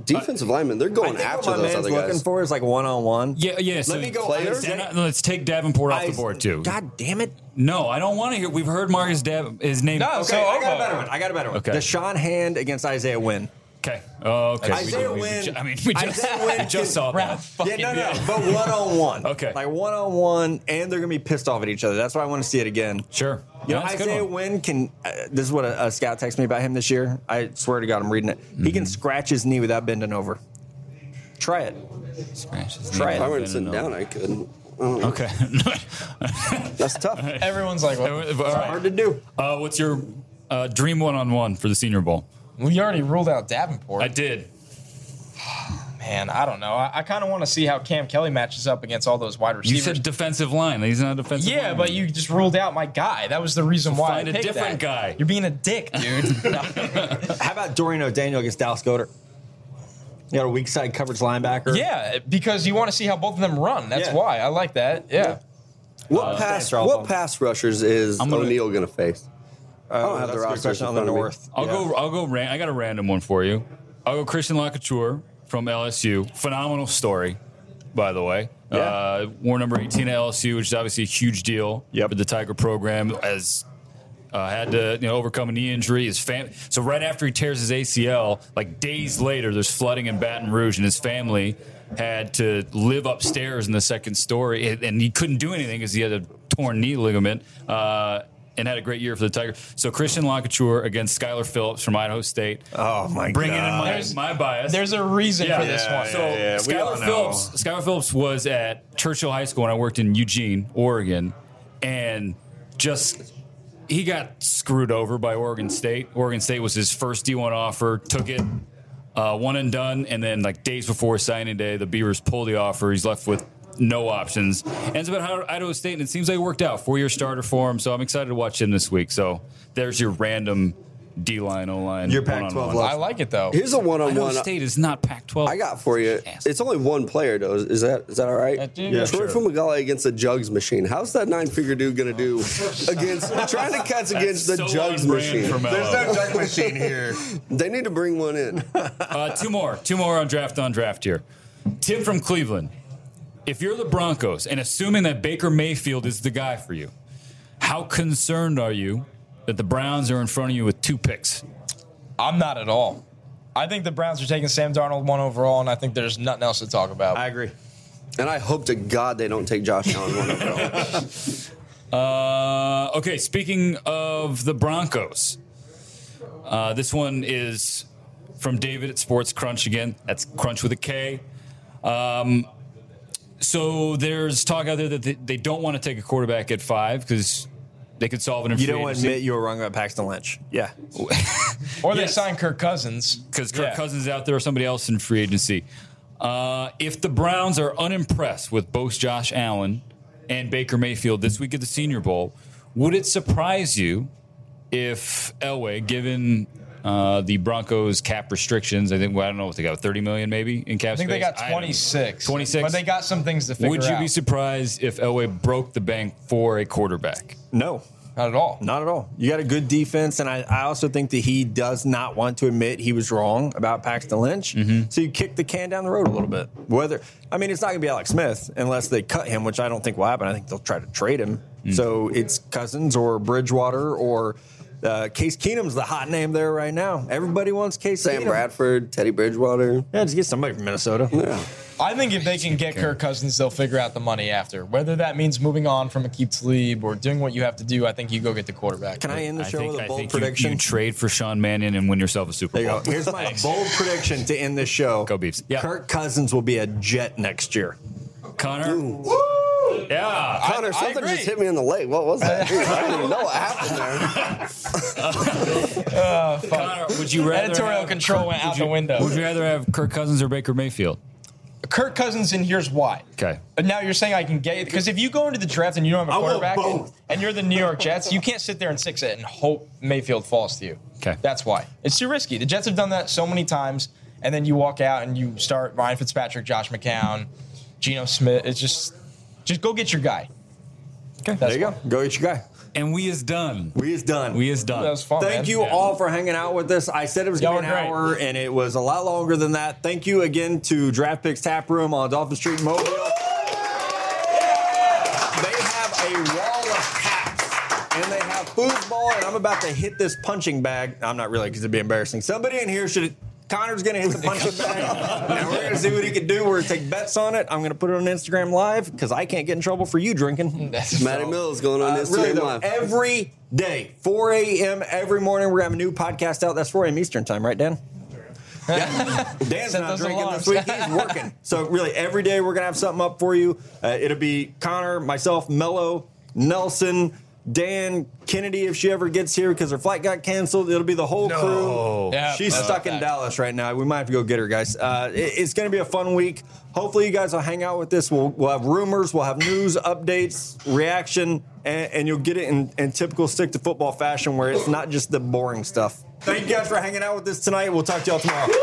defensive linemen they're
I
going
think
after
what my
those
man's
other
looking
guys.
for is like one on one.
yeah, yeah. So
me go
player?
And I- let's take Davenport off the board too.
God damn it.
No, I don't want to hear. We've heard Marcus Dav his name.
No.
Okay,
So,
I got
Obo.
a better one. I got a better one.
Okay.
Deshaun Hand against Isaiah Wynn.
Okay. Oh, okay.
Isaiah
We- we- we
Wynn-
ju- I mean, we just,
Isaiah Wynn
we
can-
just saw
Rap.
that.
Yeah,
Fucking
no, no,
yeah.
but one on one.
Okay.
Like one on one, and they're going to be pissed off at each other. That's why I want to see it again.
Sure.
You know,
That's a good
Isaiah
one.
Wynn can. Uh, this is what a, a scout texted me about him this year. I swear to God, I'm reading it. He
Mm-hmm.
can scratch his knee without bending over. Try it.
If I weren't
Bending
sitting down,
over.
I couldn't. Oh,
Okay.
That's tough.
Everyone's like,
All
well,
right.
Hard to do.
Uh, what's your uh, dream one-on-one for the Senior Bowl?
we already ruled out Davenport.
I did.
Man, I don't know. I, I kind of want to see how Cam Kelly matches up against all those wide
You
receivers.
said defensive line. He's not a defensive.
yeah,
lineman.
but you just ruled out my guy. That was the reason why.
find
I
a
picked that.
different guy.
You're being a dick, dude. No.
How about Dorian O'Daniel against Dallas Goddard? You got a weak side coverage linebacker.
yeah, because you want to see how both of them run. That's
Yeah.
why I like that. Yeah.
What
Uh,
pass?
Sandra, I'll
What
bump.
pass rushers is
gonna-
O'Neal going to face? I
Oh,
don't have
that's
the
a good
roster
question on the north.
I'll go. I'll go. Ran- I got a random one for you. I'll go. Christian Lacouture from LSU. Phenomenal story, by the way. Uh, war number eighteen at LSU, which is obviously a huge deal
Yep.
for the Tiger program. As uh, had to you know overcome a knee injury. His fam- so right after he tears his ACL, like days later, there's flooding in Baton Rouge, and his family had to live upstairs in the second story, and- and he couldn't do anything because he had a torn knee ligament. Uh, and had a great year for the Tiger. So Christian Lacouture against Skylar Phillips from Idaho State.
Oh my
Bringing in
God.
my,
There's-
my bias.
There's a reason for this
Yeah,
one.
yeah, yeah.
So
we all
Skylar
know.
Phillips, Skylar Phillips was at Churchill High School, and I worked in Eugene, Oregon, and just he got screwed over by Oregon State. Oregon State was his first D1 offer, took it uh, one and done, and then like days before signing day, the Beavers pull the offer. He's left with no options. Ends up at Idaho- Idaho State, and it seems like it worked out. Four year starter for him, so I'm excited to watch him this week. So there's your random D line, O line.
Your Pac-12
one-on-one.
I like it though.
Here's a
Idaho
one-on-one. uh,
State is not Pac 12.
I got for you.
Yes.
It's only one player, though. Is that is that all right?
Uh, dude, Yeah,
Troy
sure.
Fumagalli against the Jugs machine. How's that nine-figure dude going to do against trying to catch against the
so
Jugs
on brand
machine?
for Mel.
duck machine here.
They need to bring one in.
Uh, two more. Two more on draft on draft here. Tim from Cleveland. If you're the Broncos and assuming that Baker Mayfield is the guy for you, how concerned are you that the Browns are in front of you with two picks?
I'm not at all. I think the Browns are taking Sam Darnold one overall, and I think there's nothing else to talk about.
I agree.
And I hope to God they don't take Josh Allen one overall.
Uh, okay, speaking of the Broncos, uh, this one is from David at Sports Crunch again. That's Crunch with a K. Um, so there's talk out there that they, they don't want to take a quarterback at five because they could solve it in
You
free
don't
agency.
admit you were wrong about Paxton Lynch. Yeah.
or they
Yes.
sign Kirk Cousins
because Kirk
Yeah.
Cousins is out there or somebody else in free agency. Uh, if the Browns are unimpressed with both Josh Allen and Baker Mayfield this week at the Senior Bowl, would it surprise you if Elway, given uh, the Broncos cap restrictions, I think well, I don't know what they got, thirty million maybe in cap
I think they
space?
got
I don't know.
26.
26?
But they got some things to figure
Would you
out.
be surprised if Elway broke the bank for a quarterback?
No,
Not at all.
not at all. You got a good defense, and I, I also think that he does not want to admit he was wrong about Paxton Lynch. So you kick the can down the road a little bit. Whether I mean, it's not going to be Alex Smith unless they cut him, which I don't think will happen. I think they'll try to trade him. So it's Cousins or Bridgewater or uh, Case Keenum's the hot name there right now. Everybody wants Case
Sam
Keenum.
Bradford, Teddy Bradwater.
Yeah, just get somebody from Minnesota.
Yeah.
I think if they can get Kirk Cousins, they'll figure out the money after. Whether that means moving on from Akeem Tlaib or doing what you have to do, I think you go get the quarterback.
Can I end the show with a bold
you-
prediction?
You, trade for Sean Mannion and win yourself a Super
there you
Bowl.
go. Here's my bold prediction to end this show.
Go Beavs. Yeah.
Kirk Cousins will be a Jet next year.
Connor. Yeah.
Connor, something
agree.
just hit me in the leg. What was that? Dude, I don't even know what happened there.
Connor, would you rather
Editorial
have-
control went out
would you-
the window.
Would you rather have Kirk Cousins or Baker Mayfield?
Kirk Cousins, and here's why.
Okay.
But now you're saying I can get because if you go into the draft and you don't have a
want
quarterback and,
both.
and you're the New York Jets, you can't sit there and six it and hope Mayfield falls to you.
'Kay.
That's why. It's too risky. The Jets have done that so many times, and then you walk out and you start Ryan Fitzpatrick, Josh McCown, Geno Smith. It's just just go get your guy.
Okay.
There you go. Go get your guy.
And we is done.
We is done.
We is done.
That was fun.
Thank
man.
you all for hanging out with us. I said it was
Y'all
going to be
were
an
great.
hour, and it was a lot longer than that. Thank you again to Draft Picks Tap Room on Dolphin Street in Mobile. They have a wall of taps, and they have foosball, and I'm about to hit this punching bag. I'm not really because it'd be embarrassing. Somebody in here should. Connor's gonna hit the punching bag, and we're gonna see what he can do. We're gonna take bets on it. I'm gonna put it on Instagram Live because I can't get in trouble for you drinking.
That's
Matty Mills going on
Uh,
this
really
Instagram
though,
live.
every day, 4 a.m. every morning, we're having a new podcast out. That's 4 a.m. Eastern time, right, Dan? Yeah. Dan's
Set
not
those
drinking
alarms.
this week. He's working. So really, every day we're gonna have something up for you. Uh, it'll be Connor, myself, Mello, Nelson, Dan, Kennedy, if she ever gets here because her flight got canceled. It'll be the whole crew.
Yeah,
She's
that's
stuck
a
in
fact.
Dallas right now. We might have to go get her, guys. Uh, it- it's gonna be a fun week. Hopefully, you guys will hang out with this. We'll, we'll have rumors, we'll have news updates, reaction, and, and you'll get it in, in typical stick to football fashion where it's not just the boring stuff. Thank you guys for hanging out with us tonight. We'll talk to y'all tomorrow.